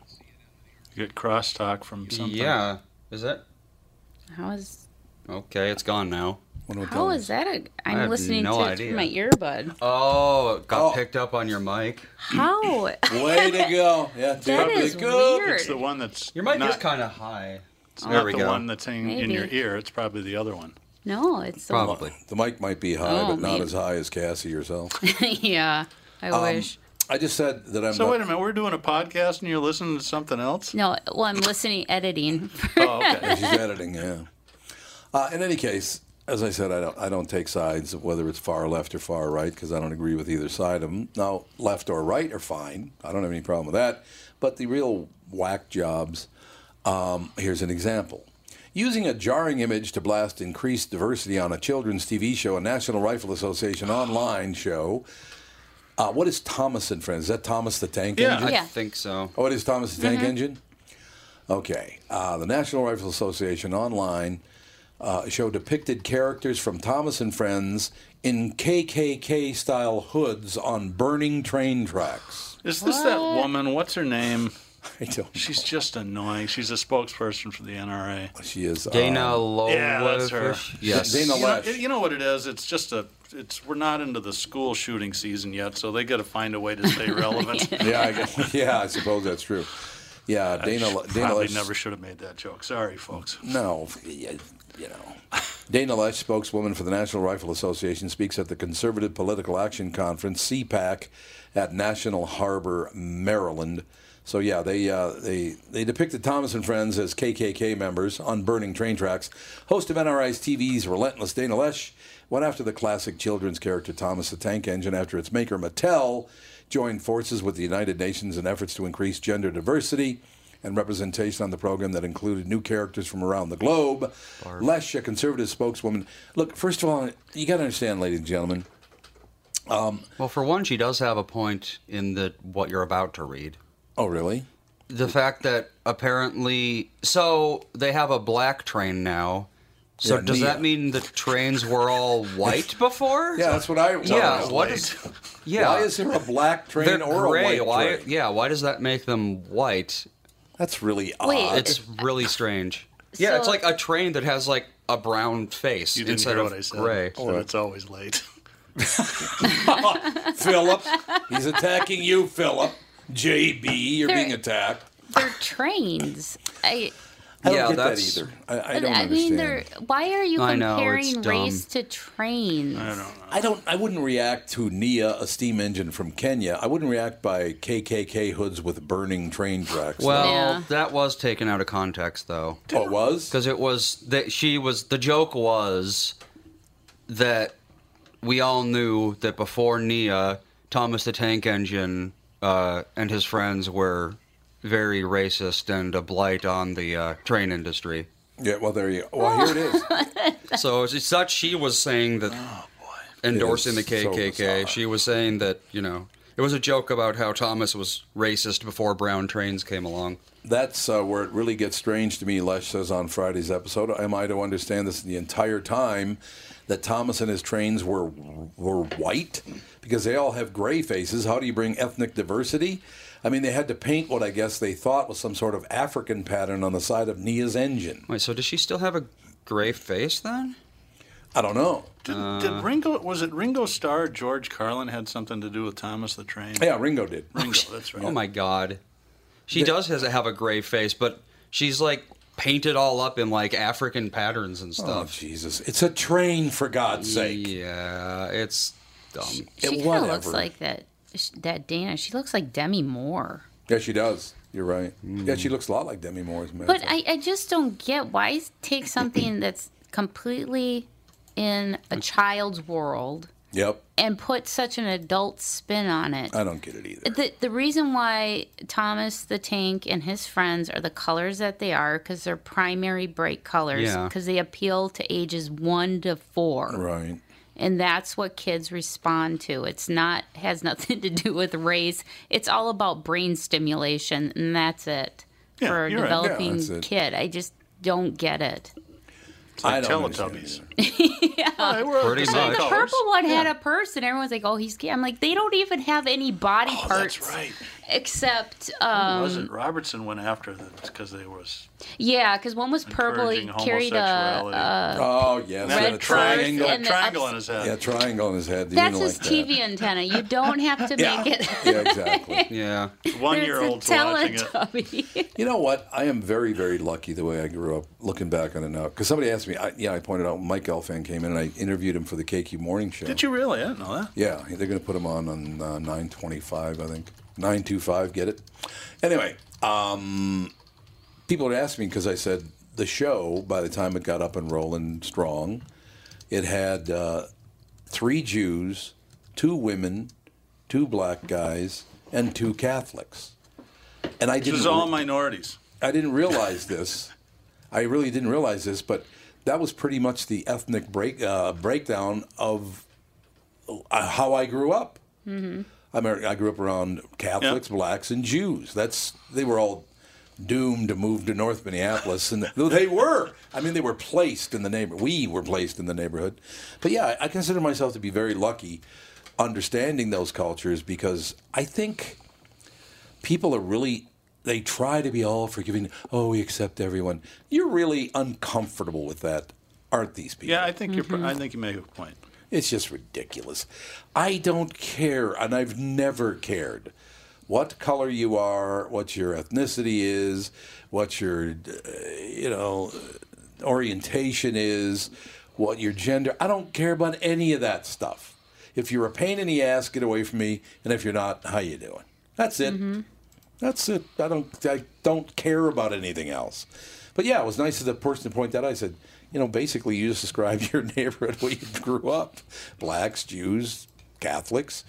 [SPEAKER 2] You get crosstalk from something.
[SPEAKER 3] Yeah. Is that?
[SPEAKER 1] Oh,
[SPEAKER 4] How is
[SPEAKER 3] Okay, it's gone now.
[SPEAKER 1] What am I
[SPEAKER 4] how
[SPEAKER 1] telling
[SPEAKER 4] is that? A, I'm
[SPEAKER 3] have
[SPEAKER 4] listening
[SPEAKER 3] no
[SPEAKER 4] to it
[SPEAKER 3] idea.
[SPEAKER 4] through
[SPEAKER 3] [laughs]
[SPEAKER 4] my earbud.
[SPEAKER 3] Oh, it got
[SPEAKER 1] Oh.
[SPEAKER 3] picked up on your mic.
[SPEAKER 4] How?
[SPEAKER 1] you? Way to go! Yeah,
[SPEAKER 4] that
[SPEAKER 1] there we
[SPEAKER 4] is
[SPEAKER 1] go.
[SPEAKER 4] weird.
[SPEAKER 2] It's the one that's
[SPEAKER 3] Your mic
[SPEAKER 2] not,
[SPEAKER 3] is kind of high.
[SPEAKER 2] it's
[SPEAKER 3] there
[SPEAKER 2] not
[SPEAKER 3] we
[SPEAKER 2] the
[SPEAKER 3] go.
[SPEAKER 2] one that's in, in
[SPEAKER 4] Maybe.
[SPEAKER 2] your ear. It's probably the other one.
[SPEAKER 4] No, it's the
[SPEAKER 3] Probably.
[SPEAKER 1] The mic might be high,
[SPEAKER 4] Oh,
[SPEAKER 1] but not
[SPEAKER 4] man.
[SPEAKER 1] as high as Cassie herself.
[SPEAKER 4] one. [laughs] yeah, I
[SPEAKER 3] Um,
[SPEAKER 4] wish.
[SPEAKER 1] I just said that I'm.
[SPEAKER 2] So
[SPEAKER 1] not-
[SPEAKER 2] wait a minute, we're doing a podcast and you're listening to something
[SPEAKER 3] [laughs]
[SPEAKER 2] else?
[SPEAKER 4] No, well, I'm listening, editing. [laughs]
[SPEAKER 2] Oh, okay.
[SPEAKER 1] Yeah, she's editing. Yeah. Uh, in any case, as I said, I don't I don't take sides of whether it's far left or far right because I don't agree with either side of them. Now, left or right are fine. I don't have any problem with that. But the real whack jobs. Um, here's an example. Using a jarring image to blast increased diversity on a children's TV show, a National Rifle Association online show. Uh, what is Thomas and Friends? Is that Thomas the Tank
[SPEAKER 2] Yeah.
[SPEAKER 1] Engine?
[SPEAKER 3] I
[SPEAKER 4] Yeah.
[SPEAKER 3] think so.
[SPEAKER 1] Oh, it is Thomas the Tank Engine? Okay. Uh, the National Rifle Association online uh, show depicted characters from Thomas and Friends in KKK style hoods on burning train tracks.
[SPEAKER 2] Is this that woman? What's her name?
[SPEAKER 1] [laughs] I don't know.
[SPEAKER 2] She's just annoying. She's a spokesperson for the NRA.
[SPEAKER 1] She is. uh,
[SPEAKER 3] Dana Lowe.
[SPEAKER 2] yeah, that's her.
[SPEAKER 3] Yes.
[SPEAKER 1] Dana
[SPEAKER 2] You know,
[SPEAKER 1] Lesh.
[SPEAKER 2] you know what it is? It's just a. It's we're not into the school shooting season yet, so they got to find a way to
[SPEAKER 3] [laughs]
[SPEAKER 2] stay relevant.
[SPEAKER 1] yeah, I guess, [laughs] yeah, I suppose that's true. Yeah, Dana. Le- Dana
[SPEAKER 2] Probably
[SPEAKER 1] Lesh-
[SPEAKER 2] never should have made that joke. Sorry, folks.
[SPEAKER 1] No, you you know. Dana Lesh, spokeswoman for the National Rifle Association, speaks at the Conservative Political Action Conference (CPAC) at National Harbor, Maryland. So yeah, they uh, they they depicted Thomas and Friends as KKK members on burning train tracks. Host of NRI's TV's Relentless, Dana Lesh went after the classic children's character Thomas the Tank Engine after its maker Mattel joined forces with the United Nations in efforts to increase gender diversity. and representation on the program that included new characters from around the globe. Lesh, a conservative spokeswoman. Look, first of all, you got to understand, ladies and gentlemen,
[SPEAKER 3] Well, for one, she does have a point in the what you're about to read.
[SPEAKER 1] Oh, really?
[SPEAKER 3] The fact that apparently, so they have a black train now. So
[SPEAKER 1] Yeah,
[SPEAKER 3] does
[SPEAKER 1] Nia.
[SPEAKER 3] that mean the trains
[SPEAKER 1] [laughs]
[SPEAKER 3] were all white before?
[SPEAKER 1] Yeah, that's what I.
[SPEAKER 3] Yeah. What is?
[SPEAKER 1] [laughs]
[SPEAKER 3] Yeah.
[SPEAKER 1] Why is there a [laughs] black train
[SPEAKER 3] They're
[SPEAKER 1] or
[SPEAKER 3] gray.
[SPEAKER 1] a white
[SPEAKER 3] why?
[SPEAKER 1] train?
[SPEAKER 3] Yeah. Why does that make them white?
[SPEAKER 1] That's really
[SPEAKER 4] Wait.
[SPEAKER 1] odd. [laughs]
[SPEAKER 3] It's really strange. Yeah, it's
[SPEAKER 4] So-
[SPEAKER 3] like a train that has like a brown face
[SPEAKER 2] You didn't
[SPEAKER 3] instead
[SPEAKER 2] hear
[SPEAKER 3] of
[SPEAKER 2] what I said.
[SPEAKER 3] gray.
[SPEAKER 1] Oh,
[SPEAKER 2] So it's always late.
[SPEAKER 1] Philip,
[SPEAKER 4] [laughs]
[SPEAKER 1] he's attacking you, Philip. JB, you're
[SPEAKER 4] There-
[SPEAKER 1] being attacked.
[SPEAKER 4] They're trains. I.
[SPEAKER 1] I don't
[SPEAKER 3] Yeah,
[SPEAKER 1] get
[SPEAKER 3] that's-
[SPEAKER 1] that either. I, I don't
[SPEAKER 4] I
[SPEAKER 1] understand.
[SPEAKER 4] mean, they're, why are you
[SPEAKER 3] I know, it's
[SPEAKER 4] comparing race
[SPEAKER 3] dumb.
[SPEAKER 4] to trains?
[SPEAKER 1] I don't. I wouldn't react to Nia, a steam engine from Kenya. I wouldn't react by KKK hoods with burning train tracks.
[SPEAKER 3] Well,
[SPEAKER 4] Yeah.
[SPEAKER 3] that was taken out of context though.
[SPEAKER 1] oh, it was.
[SPEAKER 3] because it was that she was the joke was that we all knew that before Nia, Thomas the Tank Engine uh, and his friends were very racist and a blight on the uh, train industry.
[SPEAKER 1] Yeah. Well, there you. Well, here it
[SPEAKER 4] [laughs]
[SPEAKER 1] is.
[SPEAKER 4] Oh.
[SPEAKER 3] So as such, she was saying that endorsing
[SPEAKER 1] Oh,
[SPEAKER 3] the
[SPEAKER 1] It is so
[SPEAKER 3] KKK.
[SPEAKER 1] bizarre.
[SPEAKER 3] she was saying that you know it was a joke about how Thomas was racist before brown trains came along.
[SPEAKER 1] That's uh, where it really gets strange to me. Lesh says on Friday's episode, "Am I to understand this the entire time that Thomas and his trains were were white because they all have gray faces? How do you bring ethnic diversity? I mean, they had to paint what I guess they thought was some sort of African pattern on the side of Nia's engine.
[SPEAKER 3] Wait, so does she still have a gray face then?
[SPEAKER 1] I don't know.
[SPEAKER 2] Did,
[SPEAKER 1] Uh,
[SPEAKER 2] did Ringo? Was it Ringo Starr? or George Carlin had something to do with Thomas the Train.
[SPEAKER 1] Yeah, Ringo did.
[SPEAKER 2] Ringo, that's right.
[SPEAKER 3] Oh my god. She does has have a gray face, but she's like painted all up in like African patterns and
[SPEAKER 1] Oh,
[SPEAKER 3] stuff.
[SPEAKER 1] Jesus. It's a train, for God's sake.
[SPEAKER 3] yeah, it's dumb.
[SPEAKER 4] She
[SPEAKER 1] It-
[SPEAKER 4] kind of looks
[SPEAKER 1] whatever.
[SPEAKER 4] like that. That Dana, she looks like Demi Moore.
[SPEAKER 1] Yeah, she does. You're right. Yeah, she looks a lot like Demi Moore. as a matter of
[SPEAKER 4] But
[SPEAKER 1] fact.
[SPEAKER 4] I, I just don't get why take something that's completely in a child's world
[SPEAKER 1] Yep.
[SPEAKER 4] and put such an adult spin on it.
[SPEAKER 1] I don't get it either.
[SPEAKER 4] the, the reason why Thomas the Tank and his friends are the colors that they are because they're primary bright colors
[SPEAKER 3] Yeah.
[SPEAKER 4] because they appeal to ages one to four,
[SPEAKER 1] Right.
[SPEAKER 4] and that's what kids respond to. It's not has nothing [laughs] to do with race. It's all about brain stimulation, and that's it
[SPEAKER 2] Yeah,
[SPEAKER 4] for a
[SPEAKER 2] you're right. Yeah,
[SPEAKER 4] developing
[SPEAKER 1] that's it.
[SPEAKER 4] kid. I just don't get it.
[SPEAKER 2] It's like
[SPEAKER 1] I don't understand
[SPEAKER 2] Teletubbies.
[SPEAKER 1] either.
[SPEAKER 4] [laughs]
[SPEAKER 2] yeah, we're all
[SPEAKER 3] Pretty
[SPEAKER 2] the same
[SPEAKER 3] much.
[SPEAKER 2] colors.
[SPEAKER 4] Purple one had a purse, and everyone's like, "Oh, he's gay." I'm like, they don't even have any body
[SPEAKER 2] Oh,
[SPEAKER 4] parts
[SPEAKER 2] that's right.
[SPEAKER 4] except um,
[SPEAKER 2] was it Robertson went after them because they was
[SPEAKER 4] Yeah, because one was purple. He
[SPEAKER 2] encouraging
[SPEAKER 4] carried
[SPEAKER 2] homosexuality?
[SPEAKER 4] a.
[SPEAKER 1] Oh, yes.
[SPEAKER 2] Had
[SPEAKER 1] and
[SPEAKER 2] a
[SPEAKER 1] a
[SPEAKER 4] purse
[SPEAKER 1] triangle.
[SPEAKER 4] and- the
[SPEAKER 2] triangle
[SPEAKER 4] ups-
[SPEAKER 2] on his head.
[SPEAKER 1] Yeah, triangle on his head. You
[SPEAKER 4] That's
[SPEAKER 1] didn't
[SPEAKER 4] his
[SPEAKER 1] like that.
[SPEAKER 4] TV antenna. You don't have to
[SPEAKER 1] Yeah.
[SPEAKER 4] make it.
[SPEAKER 1] yeah, exactly.
[SPEAKER 3] Yeah.
[SPEAKER 2] One
[SPEAKER 4] There's
[SPEAKER 2] year
[SPEAKER 4] a
[SPEAKER 2] old's watching it.
[SPEAKER 4] Teletubby. [laughs]
[SPEAKER 1] You know what? I am very, very lucky the way I grew up, looking back on it now. Because somebody asked me, I, yeah, I pointed out Mike Elfan came in and I interviewed him for the KQ Morning Show.
[SPEAKER 2] Did you really? I didn't know that.
[SPEAKER 1] Yeah, they're going to put him on on uh, 925, I think. 925, get it? Anyway, um, people had asked me because I said the show, by the time it got up and rolling strong, it had uh, three Jews, two women, two black guys, and two Catholics. And I
[SPEAKER 2] It
[SPEAKER 1] didn't
[SPEAKER 2] was all minorities.
[SPEAKER 1] I didn't realize this. I really didn't realize this, but that was pretty much the ethnic break uh, breakdown of uh, how I grew up. I mean, I grew up around Catholics, blacks, and Jews. That's they were all doomed to move to North Minneapolis, and though they were. I mean, they were placed in the neighbor. We were placed in the neighborhood, but yeah, I consider myself to be very lucky, understanding those cultures because I think people are really they try to be all forgiving. Oh, we accept everyone. You're really uncomfortable with that, aren't these people?
[SPEAKER 2] Yeah, I think you're. pr- I think you make a point.
[SPEAKER 1] It's just ridiculous. I don't care, and I've never cared what color you are, what your ethnicity is, what your uh, you know orientation is, what your gender. I don't care about any of that stuff. If you're a pain in the ass, get away from me. And if you're not, how you doing? That's it.
[SPEAKER 2] Mm-hmm.
[SPEAKER 1] That's it. I don't I don't care about anything else. But yeah, it was nice of the person to point that out. I said, you know, basically you just described [laughs] your neighborhood where you grew up. Blacks, Jews, Catholics.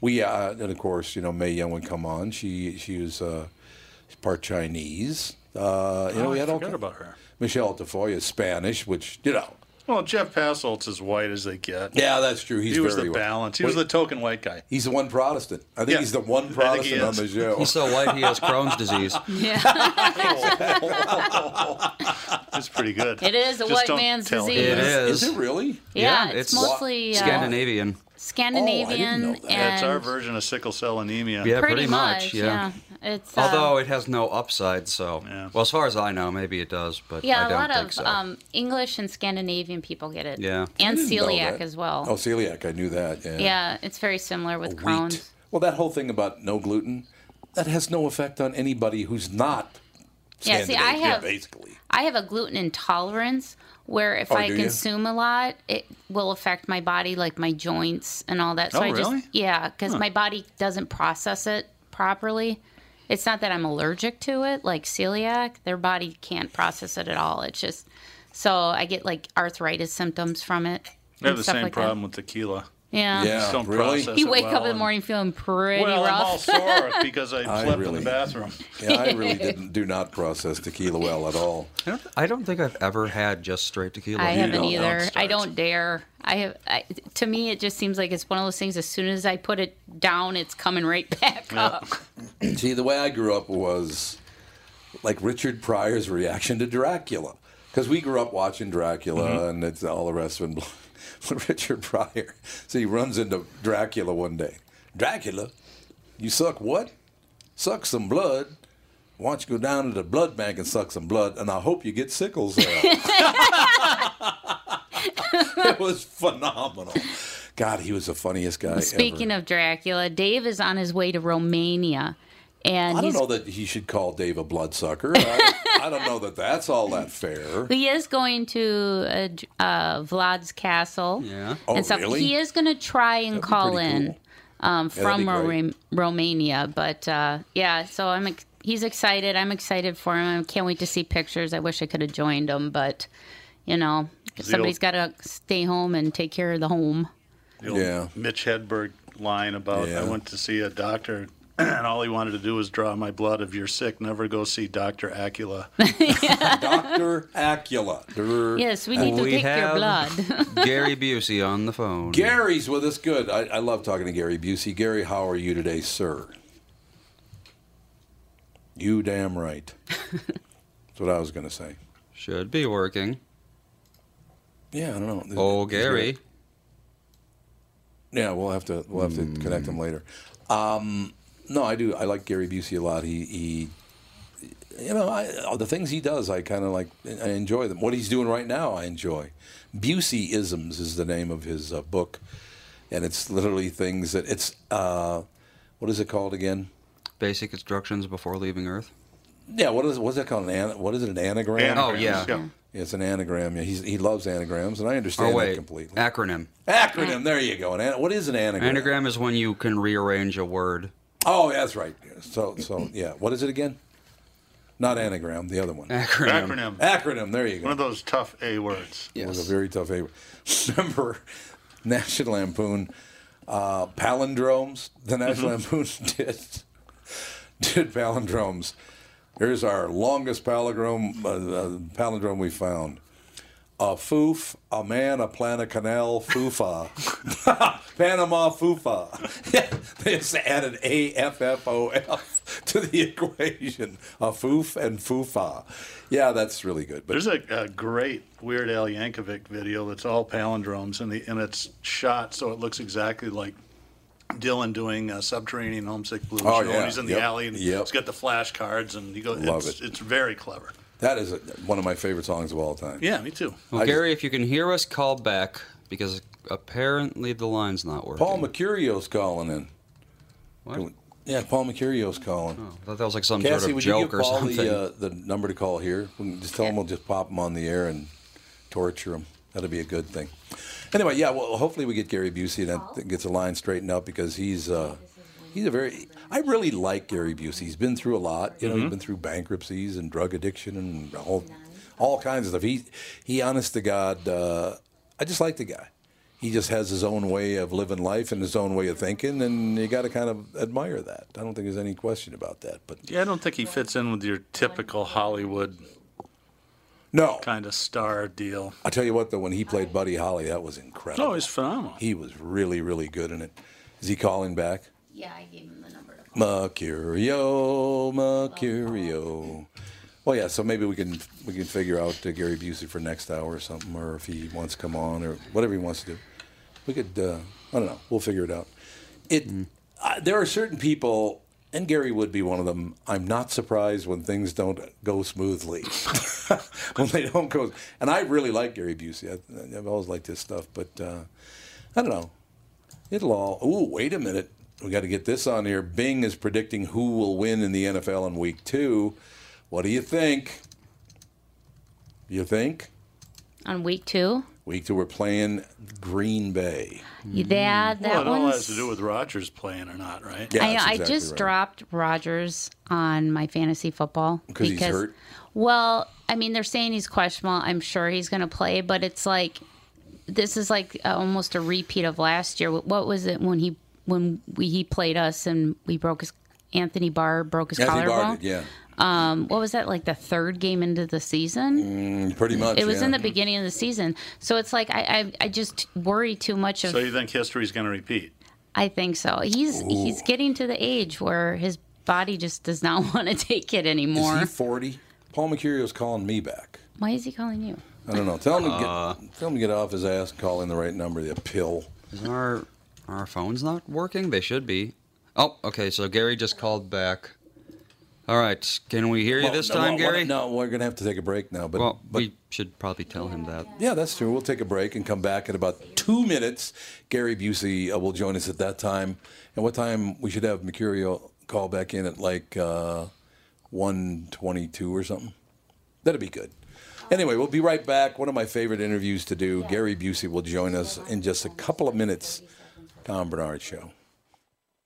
[SPEAKER 1] We uh, and of course, you know, Mae Young would come on. She she was uh, part Chinese. Uh, you know, we
[SPEAKER 2] Oh, Ah, I
[SPEAKER 1] had all
[SPEAKER 2] forgot
[SPEAKER 1] ki-
[SPEAKER 2] about her.
[SPEAKER 1] Michelle Tafoya is Spanish, which you know.
[SPEAKER 2] Well, Jeff Passelt's as white as they get.
[SPEAKER 1] Yeah, that's true. He's
[SPEAKER 2] he was the
[SPEAKER 1] very white.
[SPEAKER 2] balance. He was the token white guy.
[SPEAKER 1] He's the one Protestant. I think
[SPEAKER 2] Yeah.
[SPEAKER 1] he's the one
[SPEAKER 2] I think he
[SPEAKER 1] Protestant on
[SPEAKER 2] is.
[SPEAKER 1] the show.
[SPEAKER 3] He's so white he has
[SPEAKER 1] [laughs]
[SPEAKER 3] Crohn's disease.
[SPEAKER 4] Yeah,
[SPEAKER 2] It's pretty good.
[SPEAKER 4] It is a
[SPEAKER 2] Just
[SPEAKER 4] white
[SPEAKER 2] don't
[SPEAKER 4] man's
[SPEAKER 2] tell
[SPEAKER 4] disease.
[SPEAKER 2] him.
[SPEAKER 3] It
[SPEAKER 1] is
[SPEAKER 3] is.
[SPEAKER 1] it really?
[SPEAKER 4] yeah, it's, mostly uh,
[SPEAKER 3] Scandinavian.
[SPEAKER 4] Scandinavian
[SPEAKER 1] Oh, I didn't know that.
[SPEAKER 4] and
[SPEAKER 2] Yeah, it's our version of sickle cell anemia.
[SPEAKER 3] Yeah,
[SPEAKER 4] pretty,
[SPEAKER 3] pretty, much. yeah.
[SPEAKER 4] It's uh,
[SPEAKER 3] Although it has no upside, so
[SPEAKER 2] Yeah.
[SPEAKER 3] well, as far as I know, maybe it does, but
[SPEAKER 4] yeah,
[SPEAKER 3] I
[SPEAKER 4] a
[SPEAKER 3] don't
[SPEAKER 4] lot
[SPEAKER 3] think
[SPEAKER 4] of
[SPEAKER 3] so.
[SPEAKER 4] um, English and Scandinavian people get it.
[SPEAKER 3] Yeah.
[SPEAKER 4] and
[SPEAKER 1] I didn't know
[SPEAKER 4] celiac
[SPEAKER 1] that.
[SPEAKER 4] as well.
[SPEAKER 1] Oh, celiac. I knew that. Yeah.
[SPEAKER 4] yeah, it's very similar with Crohn's.
[SPEAKER 1] Wheat. Well, that whole thing about no gluten, that has no effect on anybody who's not.
[SPEAKER 4] Yeah, see, I
[SPEAKER 1] Scandinavian,
[SPEAKER 4] have-
[SPEAKER 1] basically.
[SPEAKER 4] I have a gluten intolerance where if
[SPEAKER 1] Oh,
[SPEAKER 4] I
[SPEAKER 1] do you?
[SPEAKER 4] consume a lot, it will affect my body, like my joints and all that. So
[SPEAKER 2] Oh,
[SPEAKER 4] I
[SPEAKER 2] really?
[SPEAKER 4] just yeah, because my body doesn't process it properly. It's not that I'm allergic to it, like celiac. Their body can't process it at all. It's just so I get like arthritis symptoms from it.
[SPEAKER 2] They have
[SPEAKER 4] and
[SPEAKER 2] the
[SPEAKER 4] stuff
[SPEAKER 2] same
[SPEAKER 4] like that.
[SPEAKER 2] problem with tequila.
[SPEAKER 4] Yeah.
[SPEAKER 1] Yeah.
[SPEAKER 2] Just don't
[SPEAKER 1] Oh, really?
[SPEAKER 2] process
[SPEAKER 4] You
[SPEAKER 2] it
[SPEAKER 4] wake
[SPEAKER 2] well
[SPEAKER 4] up in the
[SPEAKER 2] and-
[SPEAKER 4] morning feeling pretty
[SPEAKER 2] Well, I'm all
[SPEAKER 4] rough.
[SPEAKER 2] sore because
[SPEAKER 1] [laughs]
[SPEAKER 2] I
[SPEAKER 1] I
[SPEAKER 2] slept in
[SPEAKER 1] really-
[SPEAKER 2] the bathroom.
[SPEAKER 1] Yeah, I
[SPEAKER 4] [laughs]
[SPEAKER 1] really didn't, do not process tequila well at all.
[SPEAKER 3] I, don't, I don't think I've ever had just straight tequila.
[SPEAKER 4] I haven't
[SPEAKER 1] don't know
[SPEAKER 4] either.
[SPEAKER 2] it
[SPEAKER 4] I
[SPEAKER 2] starts.
[SPEAKER 4] don't dare. I have. I, to me, it just seems like it's one of those things. As soon as I put it down, it's coming right [laughs] back up.
[SPEAKER 1] See, the way I grew up was like Richard Pryor's reaction to Dracula. Because we grew up watching Dracula and it's all the rest of it. [laughs] Richard Pryor. So he runs into Dracula one day. Dracula, you suck what? Suck some blood. Why don't you go down to the blood bank and suck some blood? And I hope you get sickles out. [laughs] it was phenomenal. God, he was the funniest guy
[SPEAKER 4] Speaking
[SPEAKER 1] ever.
[SPEAKER 4] of Dracula, Dave is on his way to Romania, and
[SPEAKER 1] I don't
[SPEAKER 4] he's
[SPEAKER 1] know that he should call Dave a bloodsucker. I, I don't know that that's all that
[SPEAKER 4] [laughs]
[SPEAKER 1] fair.
[SPEAKER 4] he is going to uh, J- uh, Vlad's castle.
[SPEAKER 3] Yeah.
[SPEAKER 1] Oh,
[SPEAKER 4] and stuff.
[SPEAKER 1] really?
[SPEAKER 4] He is going to try and
[SPEAKER 1] be
[SPEAKER 4] call
[SPEAKER 1] pretty
[SPEAKER 4] in
[SPEAKER 1] cool.
[SPEAKER 4] um,
[SPEAKER 1] that'd be
[SPEAKER 4] from Ro- Romania, but uh, yeah. So I'm ex- he's excited. I'm excited for him. I can't wait to see pictures. I wish I could have joined him, but you know, somebody's got to stay home and take care of the home.
[SPEAKER 2] The old
[SPEAKER 1] Yeah.
[SPEAKER 2] Mitch Hedberg line about
[SPEAKER 1] Yeah.
[SPEAKER 2] I went to see a doctor [clears throat] and all he wanted to do was draw my blood. If you're sick, never go see
[SPEAKER 1] [laughs]
[SPEAKER 2] Dr. Acula.
[SPEAKER 1] Oh, Dr. Acula. Durr.
[SPEAKER 4] Yes, we need to
[SPEAKER 3] we
[SPEAKER 4] take your
[SPEAKER 3] have-
[SPEAKER 4] blood. [laughs]
[SPEAKER 3] Gary Busey on the phone.
[SPEAKER 1] Gary's with us. Good. I, I love talking to Gary Busey. Gary, how are you today, sir? You damn
[SPEAKER 4] [laughs]
[SPEAKER 1] right. That's what I was going to say.
[SPEAKER 3] should be working.
[SPEAKER 1] Yeah, I don't know. This-
[SPEAKER 3] Oh,
[SPEAKER 1] this is
[SPEAKER 3] Gary.
[SPEAKER 1] weird. Yeah, we'll have to we'll have to connect him later. Um, no, I do. I like Gary Busey a lot. He, he you know, I, all the things he does, I kind of like. I enjoy them. What he's doing right now, I enjoy. Busey isms is the name of his uh, book, and it's literally things that it's. Uh, what is it called again?
[SPEAKER 3] Basic instructions before leaving Earth.
[SPEAKER 1] Yeah, what is what's that called? An an, what is it? An anagram?
[SPEAKER 3] Oh, yeah.
[SPEAKER 1] Yeah, it's an anagram. Yeah, he's, he loves anagrams, and I understand
[SPEAKER 3] Oh
[SPEAKER 1] that
[SPEAKER 3] wait,
[SPEAKER 1] completely.
[SPEAKER 3] acronym.
[SPEAKER 1] Acronym. There you go. An, an- what is an anagram?
[SPEAKER 3] Anagram is when you can rearrange a word.
[SPEAKER 1] Oh, that's right. So, so yeah. What is it again? Not anagram, the other one.
[SPEAKER 3] Acronym.
[SPEAKER 2] Acronym.
[SPEAKER 1] Acronym. There you go.
[SPEAKER 2] One of those tough A words.
[SPEAKER 1] It was a very tough A. [laughs] Remember, National Lampoon uh, palindromes. The National Lampoon [laughs] did did palindromes. Here's our longest palindrome uh, uh, palindrome we found. A foof, a man, a planet canal, foofa. [laughs] Panama foofa. [laughs] Yeah, they just added A F F O F to the [laughs] equation. A foof and foofa. Yeah, that's really good. But
[SPEAKER 2] There's a, a great Weird Al Yankovic video that's all palindromes, and, the, and it's shot so it looks exactly like Dylan doing uh, Subterranean Homesick Blues.
[SPEAKER 1] Oh,
[SPEAKER 2] you know, when
[SPEAKER 1] yeah.
[SPEAKER 2] He's in
[SPEAKER 1] Yep.
[SPEAKER 2] the alley and
[SPEAKER 1] Yep.
[SPEAKER 2] he's got the flashcards, and you go,
[SPEAKER 1] Love
[SPEAKER 2] it's,
[SPEAKER 1] it.
[SPEAKER 2] it's very clever.
[SPEAKER 1] That is a, one of my favorite songs of all time.
[SPEAKER 2] Yeah, me too.
[SPEAKER 3] Well,
[SPEAKER 1] I just-
[SPEAKER 3] Gary, if you can hear us, call back because apparently the line's not working.
[SPEAKER 1] Paul Mercurio's calling in.
[SPEAKER 3] What? Oh,
[SPEAKER 1] Yeah, Paul Mercurio's calling.
[SPEAKER 3] I thought that was like some
[SPEAKER 1] Cassie,
[SPEAKER 3] sort of
[SPEAKER 1] would you
[SPEAKER 3] joke
[SPEAKER 1] give
[SPEAKER 3] or
[SPEAKER 1] Paul
[SPEAKER 3] something.
[SPEAKER 1] the, uh, the number to call here? We can just tell him we'll just pop him on the air and torture him. That'll be a good thing. Anyway, yeah. Well, hopefully we get Gary Busey and that gets the line straightened out because he's uh, he's a very. I really like Gary Busey. He's been through a lot. You know,
[SPEAKER 3] Mm-hmm.
[SPEAKER 1] he's been through bankruptcies and drug addiction and all all kinds of stuff. He he, honest to God, uh, I just like the guy. he just has his own way of living life and his own way of thinking, and you got to kind of admire that. I don't think there's any question about that. But
[SPEAKER 2] Yeah, I don't think he fits in with your typical Hollywood
[SPEAKER 1] no,
[SPEAKER 2] kind of star deal.
[SPEAKER 1] I tell you what though, when he played Buddy Holly, that was incredible.
[SPEAKER 2] Oh, he's phenomenal.
[SPEAKER 1] he was really, really good in it. Is he calling back?
[SPEAKER 4] Yeah, I gave him the number. to call.
[SPEAKER 1] Mercurio, Mercurio. Well, yeah. So maybe we can we can figure out uh, Gary Busey for next hour or something, or if he wants to come on or whatever he wants to do. We could. Uh, I don't know. We'll figure it out. It. I- there are certain people, and Gary would be one of them. I'm not surprised when things don't go smoothly. [laughs] when they don't go, and I really like Gary Busey. I, I've always liked his stuff, but uh, I don't know. It'll all. Oh, wait a minute. We got to get this on here. Bing is predicting who will win in the NFL in Week Two. What do you think? You think
[SPEAKER 4] On week two,
[SPEAKER 1] Week Two we're playing Green Bay?
[SPEAKER 4] yeah, that
[SPEAKER 2] Well, it all
[SPEAKER 4] one's-
[SPEAKER 2] has to do with Rogers playing or not, right?
[SPEAKER 1] Yeah,
[SPEAKER 4] I,
[SPEAKER 1] that's
[SPEAKER 4] I
[SPEAKER 1] exactly
[SPEAKER 4] just
[SPEAKER 1] right.
[SPEAKER 4] dropped Rogers on my fantasy football
[SPEAKER 1] 'Cause he's hurt?
[SPEAKER 4] Well, I mean, they're saying he's questionable. I'm sure he's going to play, but it's like this is like uh, almost a repeat of last year. Wh- What was it when he when we, he played us and we broke his Anthony Barr broke his
[SPEAKER 1] Anthony
[SPEAKER 4] collarbone?
[SPEAKER 1] Barr did, yeah,
[SPEAKER 4] Um, what was that like the third game into the season?
[SPEAKER 1] pretty much.
[SPEAKER 4] It was
[SPEAKER 1] Mm, yeah.
[SPEAKER 4] in the beginning of the season, so it's like I I, I just worry too much of
[SPEAKER 2] So you think history's going to repeat?
[SPEAKER 4] I think so. He's he's getting to the age where his body just does not [laughs] want to take it anymore.
[SPEAKER 1] Is he forty? Paul Mercurio's calling me back.
[SPEAKER 4] Why is he calling you?
[SPEAKER 1] I don't know. Tell him to get
[SPEAKER 3] Uh.
[SPEAKER 1] tell him to get off his ass. and Call in the right number. The pill.
[SPEAKER 3] Is our our phones not working? They should be. Oh, okay. So Gary just called back. All right. Can we hear you this
[SPEAKER 1] Well, no,
[SPEAKER 3] time,
[SPEAKER 1] well,
[SPEAKER 3] Gary?
[SPEAKER 1] No, we're gonna have to take a break now. But
[SPEAKER 3] Well,
[SPEAKER 1] but
[SPEAKER 3] we should probably tell him that.
[SPEAKER 1] Yeah, that's true. We'll take a break and come back in about two minutes. Gary Busey uh, will join us at that time. And what time we should have Mercurio call back in at like uh, 122 or something. That'd be good. Anyway, we'll be right back. One of my favorite interviews to do. Gary Busey will join us in just a couple of minutes. Tom Bernard Show.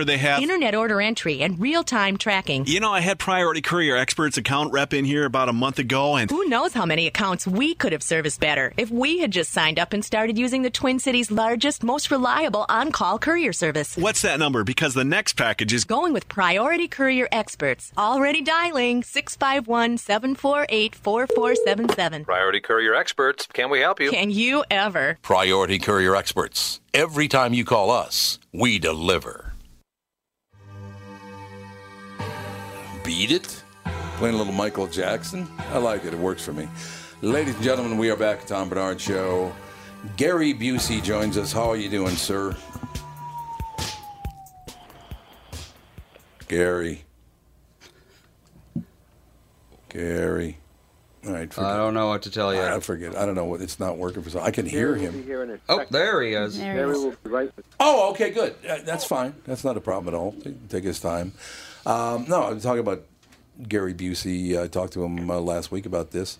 [SPEAKER 7] they have.
[SPEAKER 8] Internet order entry and real time tracking.
[SPEAKER 7] You know, I had Priority Courier Experts account rep in here about a month ago, and
[SPEAKER 8] Who knows how many accounts we could have serviced better if we had just signed up and started using the Twin Cities' largest, most reliable on call courier service.
[SPEAKER 7] what's that number? Because the next package is.
[SPEAKER 8] Going with priority courier experts. Already dialing 651 748 4477.
[SPEAKER 9] Priority Courier Experts, can we help you?
[SPEAKER 8] Can you ever?
[SPEAKER 1] Priority Courier Experts. Every time you call us, we deliver. Beat it? Playing a little Michael Jackson? I like it. It works for me. Ladies and gentlemen, we are back at Tom Bernard Show. Gary Busey joins us. How are you doing, sir? Gary. Gary. All right,
[SPEAKER 3] I
[SPEAKER 1] forget.
[SPEAKER 3] don't know what to tell
[SPEAKER 1] I,
[SPEAKER 3] you.
[SPEAKER 1] forget. I don't know what it's not working for. some- I can hear him.
[SPEAKER 3] Oh, there he is.
[SPEAKER 4] There he is.
[SPEAKER 1] Oh, okay, good. Uh, That's fine. That's not a problem at all. Take, take his time. Um, no, I'm talking about Gary Busey. I talked to him uh, last week about this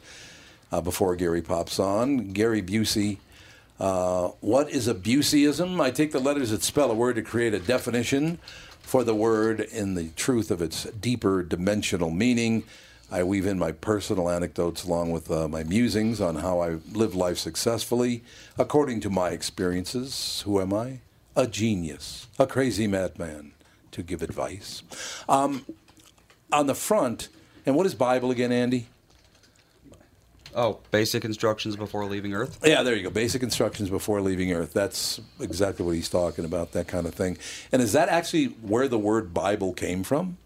[SPEAKER 1] uh, before Gary pops on. Gary Busey. Uh, what is a Buseyism? I take the letters that spell a word to create a definition for the word in the truth of its deeper dimensional meaning. I weave in my personal anecdotes along with uh, my musings on how I live life successfully according to my experiences. Who am I? A genius, a crazy madman to give advice. Um, on the front, and what is Bible again, Andy?
[SPEAKER 3] Oh, basic instructions before leaving Earth.
[SPEAKER 1] Yeah, there you go. Basic instructions before leaving Earth. That's exactly what he's talking about, that kind of thing. And is that actually where the word Bible came from?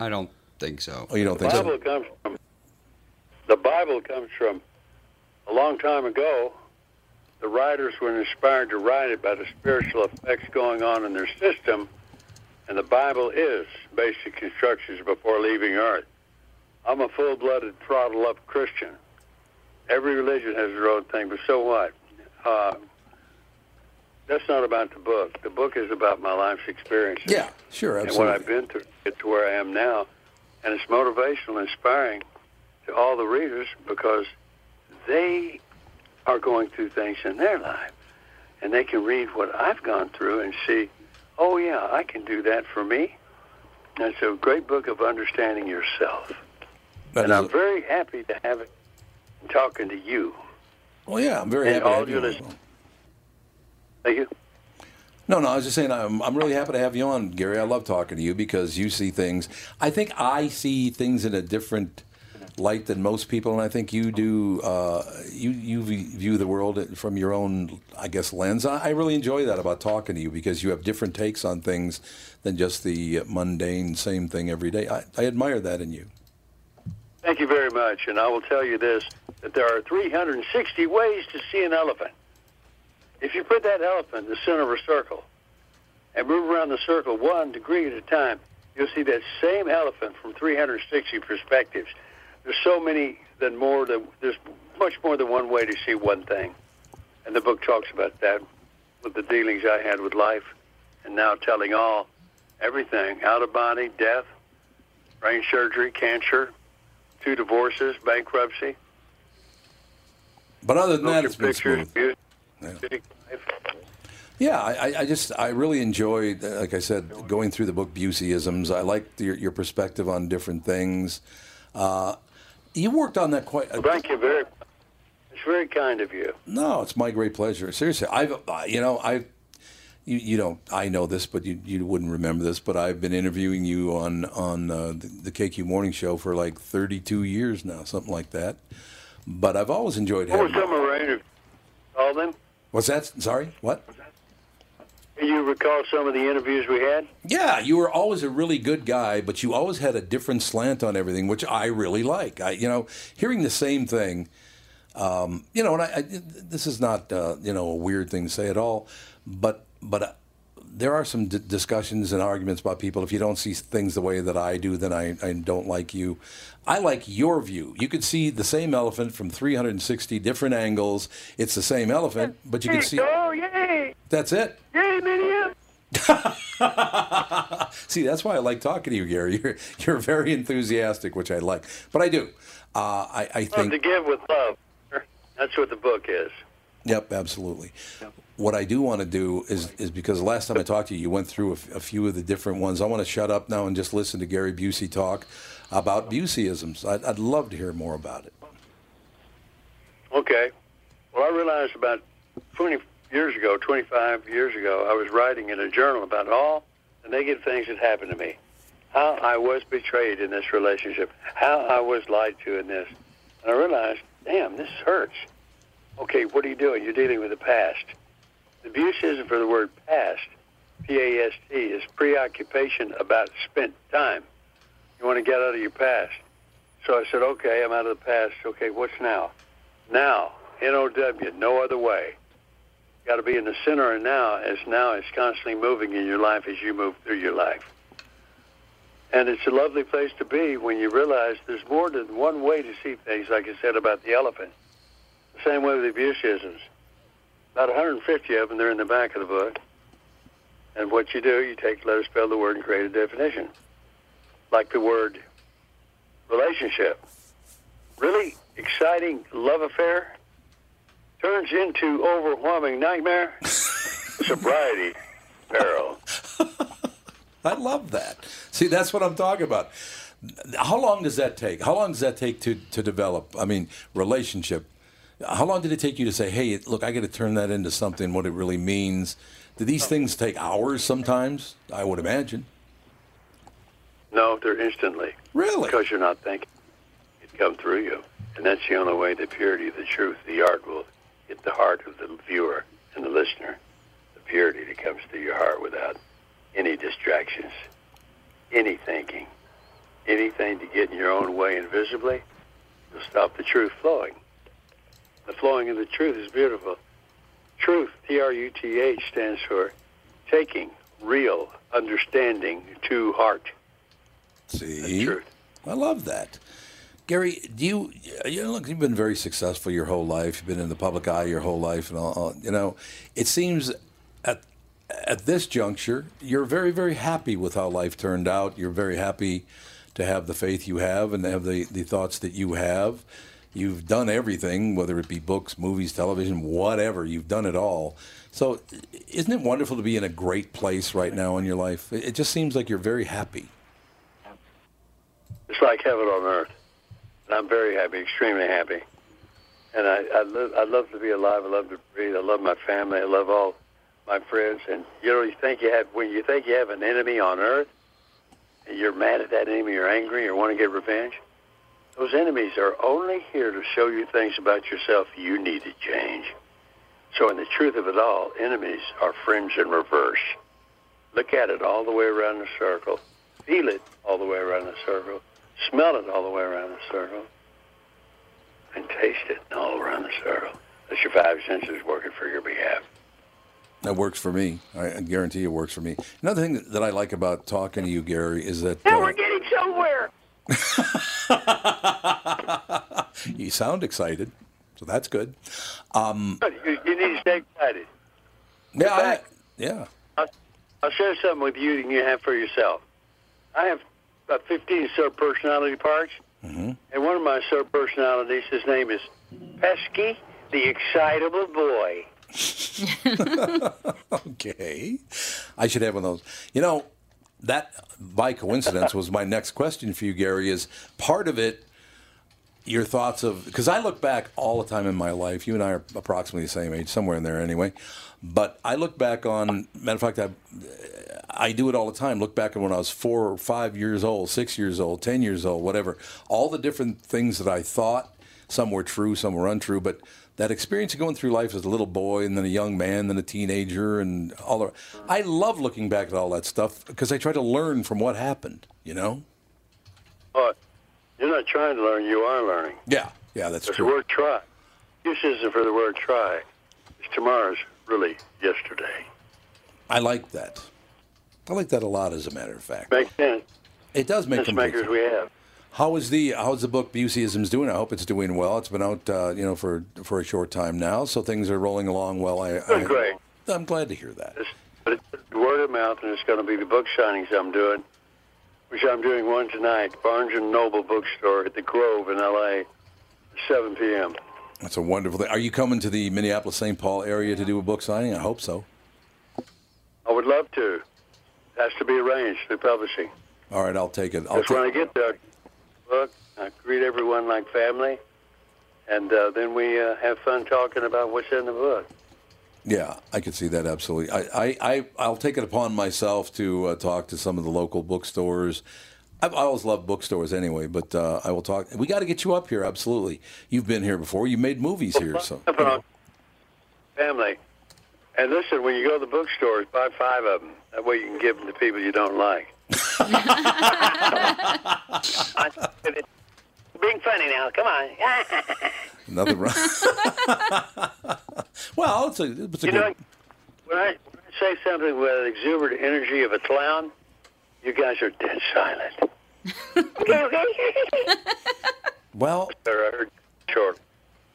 [SPEAKER 3] I don't think so.
[SPEAKER 1] Oh, you don't
[SPEAKER 10] The
[SPEAKER 1] think so?
[SPEAKER 10] Bible comes from the Bible comes from a long time ago. The writers were inspired to write it by the spiritual effects going on in their system, and the Bible is basic instructions before leaving Earth. I'm a full-blooded, throttle-up Christian. Every religion has their own thing, but so what? Uh, that's not about the book. The book is about my life's experiences.
[SPEAKER 1] Yeah, sure,
[SPEAKER 10] And
[SPEAKER 1] absolutely.
[SPEAKER 10] what I've been through to get to where I am now. And it's motivational, inspiring to all the readers because they are going through things in their life. And they can read what I've gone through and see, oh, yeah, I can do that for me. And it's a great book of understanding yourself.
[SPEAKER 1] That
[SPEAKER 10] and
[SPEAKER 1] is
[SPEAKER 10] I'm
[SPEAKER 1] a-
[SPEAKER 10] very happy to have it talking to you.
[SPEAKER 1] well, yeah, I'm very
[SPEAKER 10] and
[SPEAKER 1] happy. to
[SPEAKER 10] all
[SPEAKER 1] have
[SPEAKER 10] your
[SPEAKER 1] you on.
[SPEAKER 10] listeners. Thank you.
[SPEAKER 1] No, no, I was just saying I'm, I'm really happy to have you on, Gary. I love talking to you because you see things. I think I see things in a different light than most people, and I think you do. Uh, you you v- view the world from your own, I guess, lens. I, I really enjoy that about talking to you because you have different takes on things than just the mundane same thing every day. I, I admire that in you.
[SPEAKER 10] Thank you very much. And I will tell you this that there are 360 ways to see an elephant. If you put that elephant in the center of a circle and move around the circle one degree at a time, you'll see that same elephant from 360 perspectives. There's so many than more than there's much more than one way to see one thing. And the book talks about that with the dealings I had with life and now telling all everything out of body, death, brain surgery, cancer, two divorces, bankruptcy.
[SPEAKER 1] But other than that, it's been
[SPEAKER 10] pictures,
[SPEAKER 1] smooth.
[SPEAKER 10] music,
[SPEAKER 1] Yeah, I, I- I just I really enjoyed, uh, like I said, going through the book Buseyisms. I liked your, your perspective on different things. Uh, you worked on that quite. A,
[SPEAKER 10] Thank you very much. It's very kind of you.
[SPEAKER 1] no, it's my great pleasure. Seriously, I've uh, you know I, you, you don't I know this, but you you wouldn't remember this, but I've been interviewing you on on uh, the, the KQ Morning Show for like 32 years now, something like that. But I've always enjoyed
[SPEAKER 10] What was
[SPEAKER 1] having.
[SPEAKER 10] some of all them?
[SPEAKER 1] What's that? Sorry, what?
[SPEAKER 10] Can you recall some of the interviews we had?
[SPEAKER 1] Yeah, you were always a really good guy, but you always had a different slant on everything, which I really like. I, you know, hearing the same thing, um, you know, and I, I this is not uh, you know a weird thing to say at all, but but uh, there are some d- discussions and arguments about people. If you don't see things the way that I do, then I, I don't like you. I like your view. You could see the same elephant from 360 different angles. It's the same elephant, but you can see.
[SPEAKER 10] Oh, yay!
[SPEAKER 1] That's it.
[SPEAKER 10] Yay, Minia!
[SPEAKER 1] See, that's why I like talking to you, Gary. [laughs] You're you're very enthusiastic, which I like. But I do. Uh, I, I
[SPEAKER 10] Love to
[SPEAKER 1] think.
[SPEAKER 10] give with love. That's what the book is.
[SPEAKER 1] Yep, absolutely. What I do want to do is is because last time I talked to you, you went through a, f- a few of the different ones. I want to shut up now and just listen to Gary Busey talk about Buseyisms. I'd, I'd love to hear more about it.
[SPEAKER 10] Okay. Well, I realized about 20 years ago, 25 years ago, I was writing in a journal about all the negative things that happened to me. How I was betrayed in this relationship. How I was lied to in this. And I realized, damn, this hurts. Okay, what are you doing? You're dealing with the past. The Abusism for the word past, P-A-S-T, is preoccupation about spent time. You want to get out of your past. So I said, okay, I'm out of the past. Okay, what's now? Now, N-O-W, no other way. Got to be in the center of now, as now is constantly moving in your life as you move through your life. And it's a lovely place to be when you realize there's more than one way to see things, like I said about the elephant. The same way with the abuseisms. About 150 of them, they're in the back of the book. And what you do, you take the letter, spell the word, and create a definition. Like the word relationship really exciting love affair turns into overwhelming nightmare, sobriety peril.
[SPEAKER 1] I love that. See, that's what I'm talking about. How long does that take? How long does that take to, to develop? I mean, relationship. How long did it take you to say, hey, look, I got to turn that into something, what it really means? Do these things take hours sometimes? I would imagine.
[SPEAKER 10] No, they're instantly.
[SPEAKER 1] Really?
[SPEAKER 10] Because you're not thinking. It come through you. And that's the only way the purity, the truth, the art will hit the heart of the viewer and the listener. The purity that comes through your heart without any distractions, any thinking, anything to get in your own way invisibly, will stop the truth flowing. The flowing of the truth is beautiful. Truth, T-R-U-T-H, stands for taking real understanding to heart.
[SPEAKER 1] See?
[SPEAKER 10] Truth.
[SPEAKER 1] I love that. Gary, do you, you know, look, you've been very successful your whole life. You've been in the public eye your whole life, and all, all- you know, it seems at at this juncture, you're very, very happy with how life turned out. You're very happy to have the faith you have and have the, the thoughts that you have. You've done everything, whether it be books, movies, television, whatever. You've done it all. So, isn't it wonderful to be in a great place right now in your life? It it just seems like you're very happy.
[SPEAKER 10] It's like heaven on earth. And I'm very happy, extremely happy. And I, I, live, I love to be alive. I love to breathe. I love my family. I love all my friends. And you know, you think you have when you think you have an enemy on earth, and you're mad at that enemy, you're angry, or want to get revenge. Those enemies are only here to show you things about yourself you need to change. So, in the truth of it all, enemies are friends in reverse. Look at it all the way around the circle. Feel it all the way around the circle. Smell it all the way around the circle. And taste it all around the circle. That's your five senses working for your behalf.
[SPEAKER 1] That works for me. I I guarantee it works for me. Another thing that I like about talking to you, Gary, is that
[SPEAKER 11] Now
[SPEAKER 1] uh,
[SPEAKER 11] we're getting somewhere.
[SPEAKER 1] you sound excited, so that's good. Um,
[SPEAKER 10] You, you need to stay excited.
[SPEAKER 1] yeah, I, yeah.
[SPEAKER 10] I'll share something with you that you have for yourself. I have about 15 sub personality parts, and one of my sub personalities, his name is Pesky the Excitable Boy.
[SPEAKER 1] okay. I should have one of those. You know, that by coincidence was my next question for you, Gary. Is part of it your thoughts of because I look back all the time in my life. You and I are approximately the same age, somewhere in there anyway. But I look back on matter of fact, I I do it all the time. Look back at when I was four or five years old, six years old, ten years old, whatever. All the different things that I thought. Some were true, some were untrue. But that experience of going through life as a little boy and then a young man, then a teenager, and all the. I love looking back at all that stuff because I try to learn from what happened. You know?
[SPEAKER 10] But Oh, you're not trying to learn, you are learning.
[SPEAKER 1] Yeah. Yeah, that's
[SPEAKER 10] There's
[SPEAKER 1] true.
[SPEAKER 10] the word try. Use isn't for the word try. It's tomorrow's really yesterday.
[SPEAKER 1] I like that. I like that a lot, as a matter of fact.
[SPEAKER 10] Makes sense.
[SPEAKER 1] It does make
[SPEAKER 10] Sense
[SPEAKER 1] complete
[SPEAKER 10] makers
[SPEAKER 1] sense.
[SPEAKER 10] we have.
[SPEAKER 1] How is the how's the book Buseyisms doing? I hope it's doing well. It's been out, uh, you know, for for a short time now, so things are rolling along well. I, I
[SPEAKER 10] Doing great.
[SPEAKER 1] I'm glad to hear that.
[SPEAKER 10] word of mouth, and it's going to be the book signings I'm doing, which I'm doing one tonight, Barnes and Noble Bookstore at the Grove in L.A. 7 p.m.
[SPEAKER 1] That's a wonderful thing. Are you coming to the Minneapolis-St. Paul area to do a book signing? I hope so.
[SPEAKER 10] I would love to. It has to be arranged through publishing.
[SPEAKER 1] All right, I'll take it. I'll
[SPEAKER 10] That's
[SPEAKER 1] take
[SPEAKER 10] when I get there. Look, I greet everyone like family, and uh, then we uh, have fun talking about what's in the book.
[SPEAKER 1] Yeah, I could see that absolutely. I, I, I I'll take it upon myself to uh, talk to some of the local bookstores. I've, I always loved bookstores anyway, but uh, I will talk. We got to get you up here. Absolutely, you've been here before. You made movies here, so
[SPEAKER 10] [laughs] Family. And listen, when you go to the bookstores, buy five of them. That way you can give them to people you don't like. [laughs]
[SPEAKER 11] Being funny now. Come on.
[SPEAKER 1] nothing wrong. [laughs] well, it's a it's a
[SPEAKER 10] [laughs]
[SPEAKER 1] good.
[SPEAKER 10] You know, when I, when I say something with an exuberant energy of a clown, you guys are dead silent. okay, okay. [laughs]
[SPEAKER 1] well,
[SPEAKER 10] Sir, I heard short.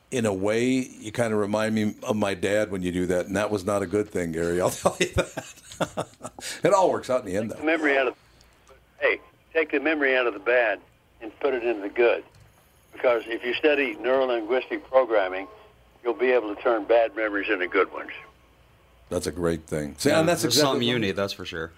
[SPEAKER 1] in a way, you kind of remind me of my dad when you do that, and that was not a good thing, Gary. I'll [laughs] tell you that. [laughs] it all works out in the end, though.
[SPEAKER 10] Memory out of hey, take the memory out of the bad and put it into the good. Because if you study neurolinguistic programming, you'll be able to turn bad memories into good ones.
[SPEAKER 1] That's a great thing. See, and that's
[SPEAKER 3] there's
[SPEAKER 1] exactly
[SPEAKER 3] something
[SPEAKER 1] what-
[SPEAKER 3] you need, that's for sure.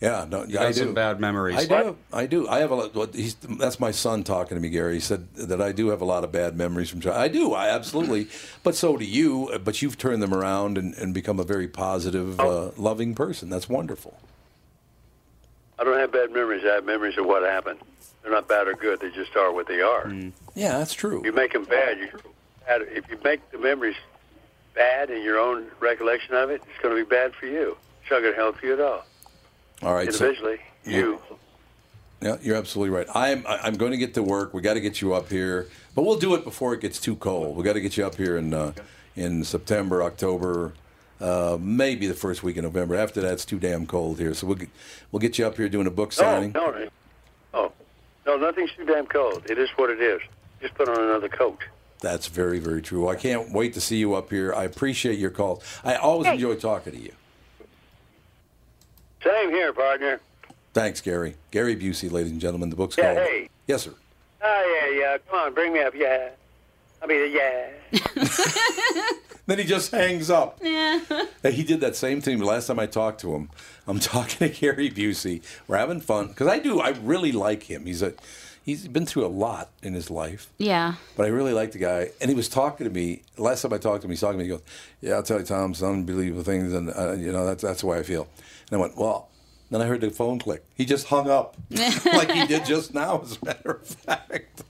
[SPEAKER 1] Yeah, no,
[SPEAKER 3] You
[SPEAKER 1] I
[SPEAKER 3] got some
[SPEAKER 1] do.
[SPEAKER 3] bad memories.
[SPEAKER 1] I do. I do. I have a lot. Well, he's, that's my son talking to me, Gary. He said that I do have a lot of bad memories from childhood. I do. I absolutely. But so do you. uh, But you've turned them around and, and become a very positive,
[SPEAKER 3] Oh.
[SPEAKER 1] uh, loving person. That's wonderful.
[SPEAKER 10] I don't have bad memories. I have memories of what happened. They're not bad or good. They just are what they are.
[SPEAKER 1] Yeah, that's true.
[SPEAKER 10] You make them bad. You, bad. If you make the memories bad in your own recollection of it, it's going to be bad for you. It's not going to help you at all.
[SPEAKER 1] All right. so-
[SPEAKER 10] Individually, you.
[SPEAKER 1] yeah, you're absolutely right. I'm I- I'm going to get to work. We got to get you up here, but we'll do it before it gets too cold. We got to get you up here in uh, in September, October, uh, maybe the first week in November. After that, it's too damn cold here. So we'll get, we'll get you up here doing a book signing.
[SPEAKER 10] Oh, No, no, oh, no, nothing's too damn cold. It is what it is. Just put on another coat.
[SPEAKER 1] That's very, very true. I can't wait to see you up here. I appreciate your calls. I always
[SPEAKER 11] Hey.
[SPEAKER 1] enjoy talking to you.
[SPEAKER 10] Same here, partner.
[SPEAKER 1] Thanks, Gary. Gary Busey, ladies and gentlemen. The book's
[SPEAKER 10] Yeah,
[SPEAKER 1] called.
[SPEAKER 10] hey.
[SPEAKER 1] Yes, sir.
[SPEAKER 10] Oh, yeah, yeah. Come on, bring me up. Yeah. I'll be the yeah.
[SPEAKER 1] Then he just hangs up.
[SPEAKER 4] Yeah. [laughs]
[SPEAKER 1] Hey, He did that same thing the last time I talked to him. I'm [laughs] talking to Gary Busey. We're having fun because I do. I really like him. He's a he's been through a lot in his life.
[SPEAKER 4] Yeah.
[SPEAKER 1] But I really like the guy, and he was talking to me. Last time I talked to him, he's talking to me. He goes, "Yeah, I'll tell you, Tom, some unbelievable things, and uh, you know that's that's the way I feel." And I went, "Well." Then I heard the phone click. He just hung
[SPEAKER 4] [laughs]
[SPEAKER 1] up, [laughs] like he did just now. As a matter of fact,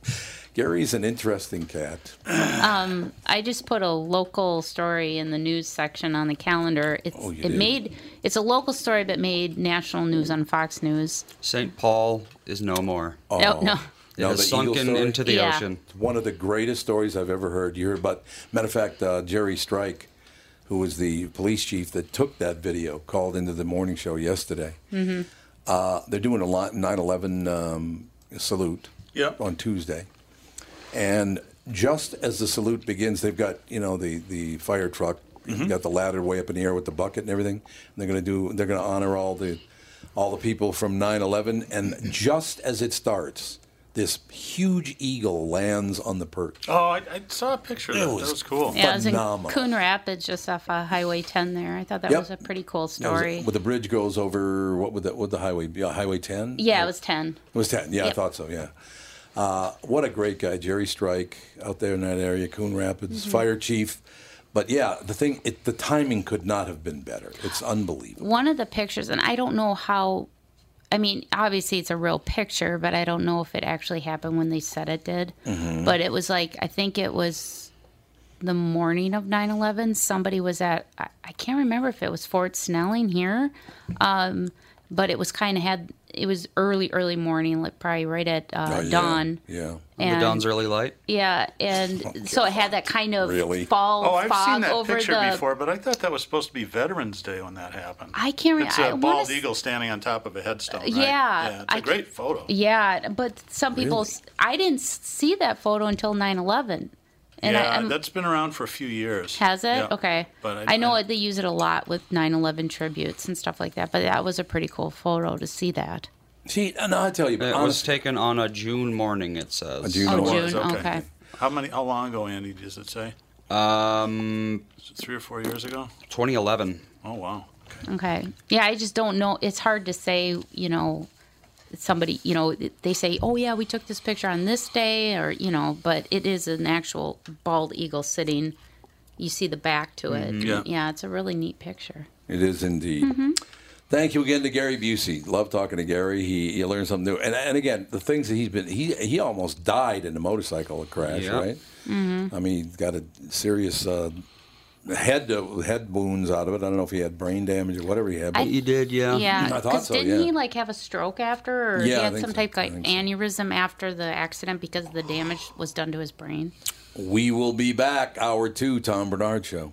[SPEAKER 1] Gary's an interesting cat.
[SPEAKER 4] Um, I just put a local story in the news section on the calendar. It's,
[SPEAKER 3] Oh, you
[SPEAKER 4] it
[SPEAKER 3] did.
[SPEAKER 4] made it's a local story, but made national news on Fox News.
[SPEAKER 3] St. Paul is no more.
[SPEAKER 4] Oh. No, no.
[SPEAKER 3] It
[SPEAKER 1] No, the
[SPEAKER 3] has
[SPEAKER 1] Eagle
[SPEAKER 3] sunken
[SPEAKER 1] story?
[SPEAKER 3] into the
[SPEAKER 4] Yeah.
[SPEAKER 3] ocean.
[SPEAKER 1] It's one of the greatest stories I've ever heard. You heard about, matter of fact, uh, Jerry Strike, who was the police chief that took that video, called into the morning show yesterday.
[SPEAKER 12] Mm-hmm.
[SPEAKER 1] Uh, they're doing a lot 9/11 um, salute
[SPEAKER 2] Yep.
[SPEAKER 1] on Tuesday, and just as the salute begins, they've got you know the the fire truck, you've got the ladder way up in the air with the bucket and everything. And they're gonna do they're gonna honor all the all the people from 9/11, and just as it starts, this huge eagle lands on the perch.
[SPEAKER 2] Oh, I, I saw a picture of
[SPEAKER 1] It
[SPEAKER 2] that.
[SPEAKER 1] was
[SPEAKER 2] that was cool.
[SPEAKER 4] Yeah, it was in
[SPEAKER 1] Phenomenal.
[SPEAKER 4] Coon Rapids, just off uh, Highway 10 there. I thought that
[SPEAKER 1] Yep.
[SPEAKER 4] was a pretty cool
[SPEAKER 1] That was-
[SPEAKER 4] story.
[SPEAKER 1] Well, the bridge goes over what would that what the highway be? Uh, highway 10?
[SPEAKER 4] yeah, it was 10.
[SPEAKER 1] It was 10. Yeah, I
[SPEAKER 4] Yep.
[SPEAKER 1] thought so. Yeah. Uh, what a great guy, Jerry Strike, out there in that area, Coon Rapids,
[SPEAKER 4] Mhm.
[SPEAKER 1] fire chief. But yeah, the thing, it, the timing could not have been better. It's unbelievable.
[SPEAKER 4] One of the pictures, and I don't know how. I mean, obviously it's a real picture, but I don't know if it actually happened when they said it did.
[SPEAKER 3] Mm-hmm.
[SPEAKER 4] But it was like I think it was the morning of 9/11. Somebody was at I, I can't remember if it was Fort Snelling here, um, but it was kind of had it was early early morning, like probably right at uh,
[SPEAKER 3] Oh, yeah.
[SPEAKER 4] dawn.
[SPEAKER 1] Yeah.
[SPEAKER 4] And-
[SPEAKER 3] the dawn's early light.
[SPEAKER 4] Yeah,
[SPEAKER 3] [laughs]
[SPEAKER 4] and so it had that kind of
[SPEAKER 3] Really?
[SPEAKER 4] fall
[SPEAKER 2] Oh, I've
[SPEAKER 4] fog
[SPEAKER 2] seen that
[SPEAKER 4] over
[SPEAKER 2] picture
[SPEAKER 4] the.
[SPEAKER 2] before, but I thought that was supposed to be Veterans Day when that happened.
[SPEAKER 4] I can't
[SPEAKER 2] It's
[SPEAKER 4] remember.
[SPEAKER 2] a bald eagle standing on top of a headstone. Right?
[SPEAKER 4] Yeah,
[SPEAKER 2] yeah it's a
[SPEAKER 4] I
[SPEAKER 2] great photo.
[SPEAKER 4] Yeah, but some people,
[SPEAKER 2] Really?
[SPEAKER 4] I didn't s- see that photo until 9 11. And
[SPEAKER 2] yeah,
[SPEAKER 4] I, I'm-
[SPEAKER 2] that's been around for a few years.
[SPEAKER 4] has it?
[SPEAKER 2] Yeah.
[SPEAKER 4] Okay.
[SPEAKER 2] But
[SPEAKER 4] I, know they use it a lot with 9 11 tributes and stuff like that, but that was a pretty cool photo to see that.
[SPEAKER 1] See, no, I tell you,
[SPEAKER 3] it was taken on a June morning. It says
[SPEAKER 4] A June Oh, morning. June, okay.
[SPEAKER 2] How many? How long ago, Andy? Does it say?
[SPEAKER 3] Um,
[SPEAKER 2] Three or four years ago.
[SPEAKER 3] 2011.
[SPEAKER 2] Oh wow.
[SPEAKER 4] Okay. Yeah, I just don't know. It's hard to say, you know, somebody, you know, they say, oh, yeah, we took this picture on this day, or, you know, but it is an actual bald eagle sitting. You see the back to it.
[SPEAKER 1] Mhm.
[SPEAKER 2] Mm-hmm.
[SPEAKER 1] Yeah.
[SPEAKER 4] it's a really neat picture.
[SPEAKER 1] It is indeed. Thank you again to Gary Busey. Love talking to Gary. He you learn something new. And and again, the things that he's been he he almost died in a motorcycle crash,
[SPEAKER 13] Yeah.
[SPEAKER 1] right?
[SPEAKER 13] Mhm.
[SPEAKER 1] I mean, he's got a serious uh, head uh, head wounds out of it. I don't know if he had brain damage or whatever he had.
[SPEAKER 4] I-
[SPEAKER 1] But
[SPEAKER 4] He
[SPEAKER 3] did,
[SPEAKER 4] Yeah,
[SPEAKER 1] I thought
[SPEAKER 4] because
[SPEAKER 1] so.
[SPEAKER 4] didn't
[SPEAKER 1] yeah.
[SPEAKER 4] he like have a stroke after, or
[SPEAKER 1] Yeah, I
[SPEAKER 4] he had
[SPEAKER 1] think
[SPEAKER 4] some
[SPEAKER 1] so.
[SPEAKER 4] type of
[SPEAKER 1] I
[SPEAKER 4] like
[SPEAKER 1] think so.
[SPEAKER 4] aneurysm after the accident because the damage was done to his brain?
[SPEAKER 1] We will be back hour two, Tom Bernard show.